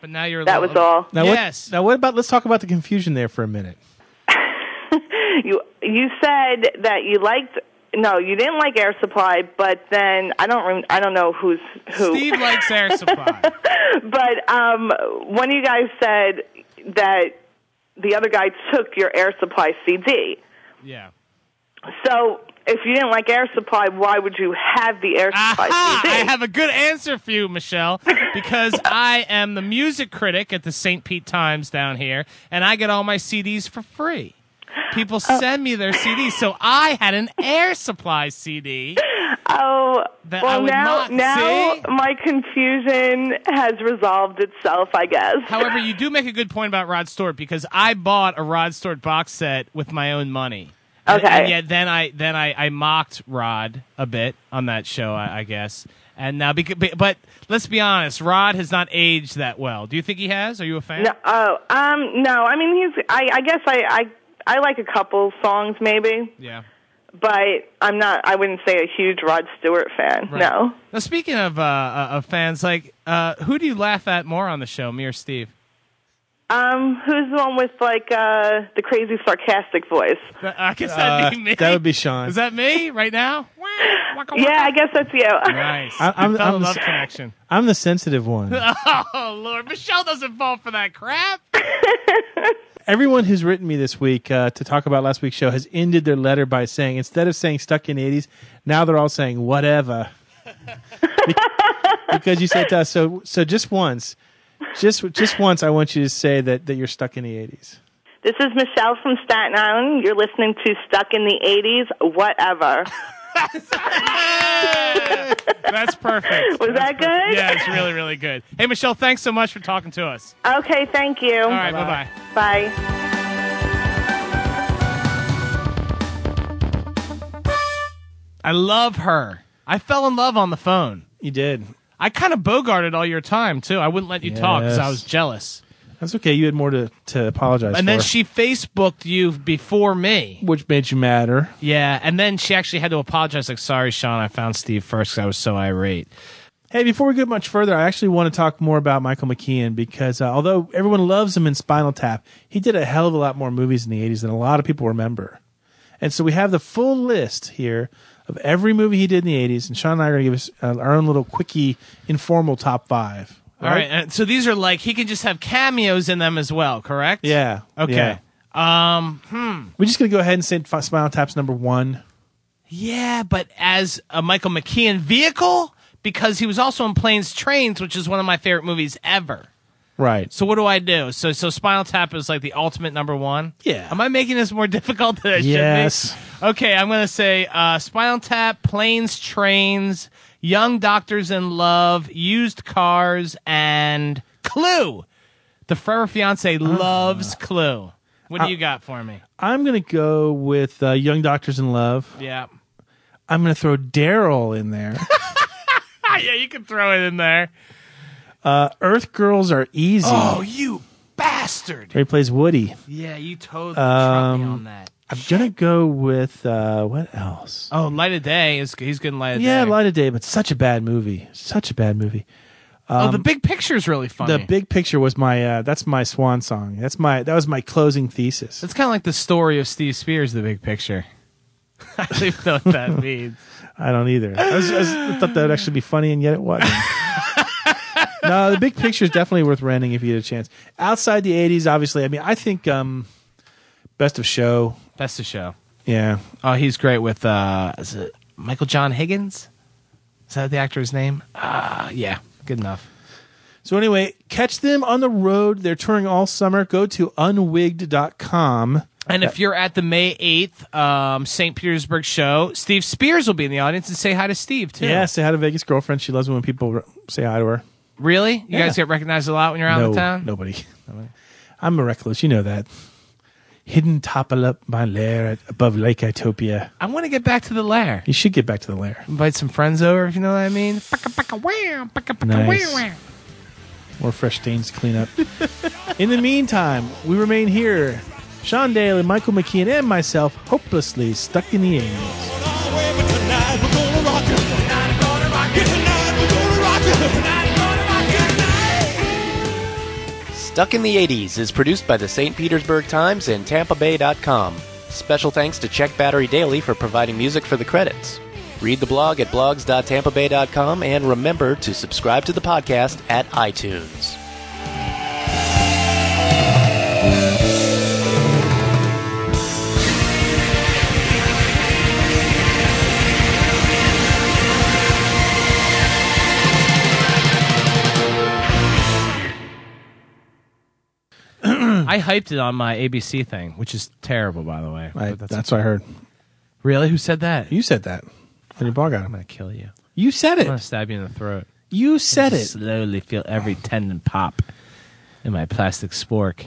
[SPEAKER 9] But now you're.
[SPEAKER 8] That was all.
[SPEAKER 7] Now What, now, what about, let's talk about the confusion there for a minute.
[SPEAKER 8] You you said that you liked no, you didn't like Air Supply, but then I don't rem- I don't know who's who.
[SPEAKER 9] Steve likes air supply.
[SPEAKER 8] but um, one of you guys said that the other guy took your Air Supply CD.
[SPEAKER 9] Yeah.
[SPEAKER 8] So if you didn't like Air Supply, why would you have the Air Supply
[SPEAKER 9] Ah,
[SPEAKER 8] CD?
[SPEAKER 9] I have a good answer for you, Michelle, because I am the music critic at the St. Pete Times down here, and I get all my CDs for free. people send me their CDs. So I had an air supply CD.
[SPEAKER 19] Oh,
[SPEAKER 9] That I
[SPEAKER 19] well
[SPEAKER 9] would
[SPEAKER 19] now
[SPEAKER 9] not
[SPEAKER 19] now
[SPEAKER 9] see.
[SPEAKER 19] my confusion has resolved itself, I guess.
[SPEAKER 9] However, you do make a good point about Rod Stewart because I bought a Rod Stewart box set with my own money. And,
[SPEAKER 19] Okay.
[SPEAKER 9] and yet then I then I, I mocked Rod a bit on that show, I, I guess. And now, because, but let's be honest, Rod has not aged that well. Do you think he has? Are you a fan?
[SPEAKER 19] No, oh, um, no. I mean, he's. I, I guess I, I, I like a couple songs maybe,
[SPEAKER 9] Yeah.
[SPEAKER 19] but I'm not. I wouldn't say a huge Rod Stewart fan.
[SPEAKER 9] Right.
[SPEAKER 19] No.
[SPEAKER 9] Now, speaking of uh, uh, of fans, like uh, who do you laugh at more on the show, me or Steve?
[SPEAKER 19] Um, who's the one with like uh the crazy sarcastic voice?
[SPEAKER 9] I guess that'd be me.
[SPEAKER 7] Uh, That would be Sean.
[SPEAKER 9] Is that me right now?
[SPEAKER 19] Yeah, I guess that's you.
[SPEAKER 9] Nice.
[SPEAKER 7] I- I'm-
[SPEAKER 9] We fell in
[SPEAKER 7] I'm the
[SPEAKER 9] love
[SPEAKER 7] s-
[SPEAKER 9] connection.
[SPEAKER 7] I'm the sensitive one.
[SPEAKER 9] oh Lord, Michelle doesn't fall for that crap.
[SPEAKER 7] Everyone who's written me this week uh, to talk about last week's show has ended their letter by saying, instead of saying stuck in the 80s, now they're all saying whatever. Be- because you said to us, so, so just once, just, just once, I want you to say that, that you're stuck in the 80s.
[SPEAKER 19] This is Michelle from Staten Island. You're listening to Stuck in the '80s. Whatever.
[SPEAKER 9] That's perfect.
[SPEAKER 19] Was that good?
[SPEAKER 9] Yeah, it's really, really good. Hey, Michelle, thanks so much for talking to us.
[SPEAKER 19] Okay, thank you.
[SPEAKER 9] All right, bye-bye.
[SPEAKER 19] Bye.
[SPEAKER 9] I love her. I fell in love on the phone.
[SPEAKER 7] You did.
[SPEAKER 9] I kind of bogarted all your time too. I wouldn't let you talk because I was jealous.
[SPEAKER 7] That's okay. You had more to, to apologize
[SPEAKER 9] and then
[SPEAKER 7] for,
[SPEAKER 9] she Facebooked you before me.
[SPEAKER 7] which made you madder.
[SPEAKER 9] Yeah, and then she actually had to apologize. Like, sorry, Sean, I found Steve first 'cause I was so irate.
[SPEAKER 7] Hey, before we get much further, I actually want to talk more about Michael McKean because uh, although everyone loves him in Spinal Tap, he did a hell of a lot more movies in the 80s than a lot of people remember. And so we have the full list here of every movie he did in the 80s, and Sean and I are going to give us uh, our own little quickie, informal top five.
[SPEAKER 9] All right. and so these are like he can just have cameos in them as well, correct?
[SPEAKER 7] Yeah.
[SPEAKER 9] Okay. Um. Hmm.
[SPEAKER 7] We're just going to go ahead and say F- Spinal Tap's number one.
[SPEAKER 9] Yeah, but as a Michael McKean vehicle, because he was also in Planes, Trains, which is one of my favorite movies ever.
[SPEAKER 7] Right.
[SPEAKER 9] So what do I do? So so Spinal Tap is like the ultimate number one.
[SPEAKER 7] Yeah.
[SPEAKER 9] Am I making this more difficult than it
[SPEAKER 7] Yes.
[SPEAKER 9] should be? Okay, I'm gonna say uh, Spinal Tap, Planes, Trains, Young Doctors in Love, Used Cars, and Clue. The Forever Fiance loves Clue. What do
[SPEAKER 7] Uh,
[SPEAKER 9] you got for me?
[SPEAKER 7] I'm going to go with uh, Young Doctors in Love.
[SPEAKER 9] Yeah.
[SPEAKER 7] I'm going to throw Daryl in there.
[SPEAKER 9] Ah, yeah, you can throw it in there.
[SPEAKER 7] uh, Earth Girls Are Easy.
[SPEAKER 9] Oh, you bastard!
[SPEAKER 7] Where he plays Woody.
[SPEAKER 9] Yeah, you totally trumped me on
[SPEAKER 7] Um,
[SPEAKER 9] that.
[SPEAKER 7] I'm gonna go with uh, what else?
[SPEAKER 9] Oh, Light of Day is he's good in Light of
[SPEAKER 7] yeah,
[SPEAKER 9] Day.
[SPEAKER 7] Light of Day, but such a bad movie. Such a bad movie.
[SPEAKER 9] oh, the big picture is really funny.
[SPEAKER 7] The big picture was my uh, that's my swan song. That's my that was my closing thesis.
[SPEAKER 9] It's kind of like the story of Steve Spears, The Big Picture. I don't even know what that means.
[SPEAKER 7] I don't either. I, was, I, was- I thought that would actually be funny, and yet it wasn't. no, the big picture is definitely worth renting if you get a chance. Outside the '80s, obviously. I mean, I think um, Best of Show.
[SPEAKER 9] That's the show.
[SPEAKER 7] Yeah,
[SPEAKER 9] Oh, he's great with uh, is it Michael John Higgins? Is that the actor's name? Ah, yeah, good enough.
[SPEAKER 7] So anyway, catch them on the road. They're touring all summer. Go to unwigged.com.
[SPEAKER 9] And if you're at the May eighth um, St. Petersburg show, Steve Spears will be in the audience and say hi to Steve too.
[SPEAKER 7] Yeah, say hi to Vegas girlfriend. She loves it when people r- say hi to her.
[SPEAKER 9] Really? You
[SPEAKER 7] Yeah.
[SPEAKER 9] guys get recognized a lot when you're out
[SPEAKER 7] no,
[SPEAKER 9] in the town?
[SPEAKER 7] Nobody. I'm a recluse. You know that. Hidden topple up my lair at, above Lake Itopia.
[SPEAKER 9] I want to get back to the lair.
[SPEAKER 7] You should get back to the lair.
[SPEAKER 9] Invite some friends over, if you know what I mean.
[SPEAKER 7] Nice. More fresh stains to clean up. In the meantime, we remain here. Sean Daly, Michael McKean, and myself, hopelessly stuck in the 80s.
[SPEAKER 3] Stuck in the 80s is produced by the St. Petersburg Times and TampaBay.com. Special thanks to Check Battery Daily for providing music for the credits. Read the blog at blogs.tampabay.com and remember to subscribe to the podcast at iTunes.
[SPEAKER 9] I Hmm. I hyped it on my ABC thing, which is terrible, by the way.
[SPEAKER 7] I,
[SPEAKER 9] But
[SPEAKER 7] that's, what I heard.
[SPEAKER 9] Really? Who said that?
[SPEAKER 7] You said that. On your blog I'm
[SPEAKER 9] gonna kill you.
[SPEAKER 7] You said
[SPEAKER 9] I'm
[SPEAKER 7] it.
[SPEAKER 9] gonna stab you in the throat.
[SPEAKER 7] You said
[SPEAKER 9] I
[SPEAKER 7] it.
[SPEAKER 9] Slowly feel every tendon pop in my plastic spork.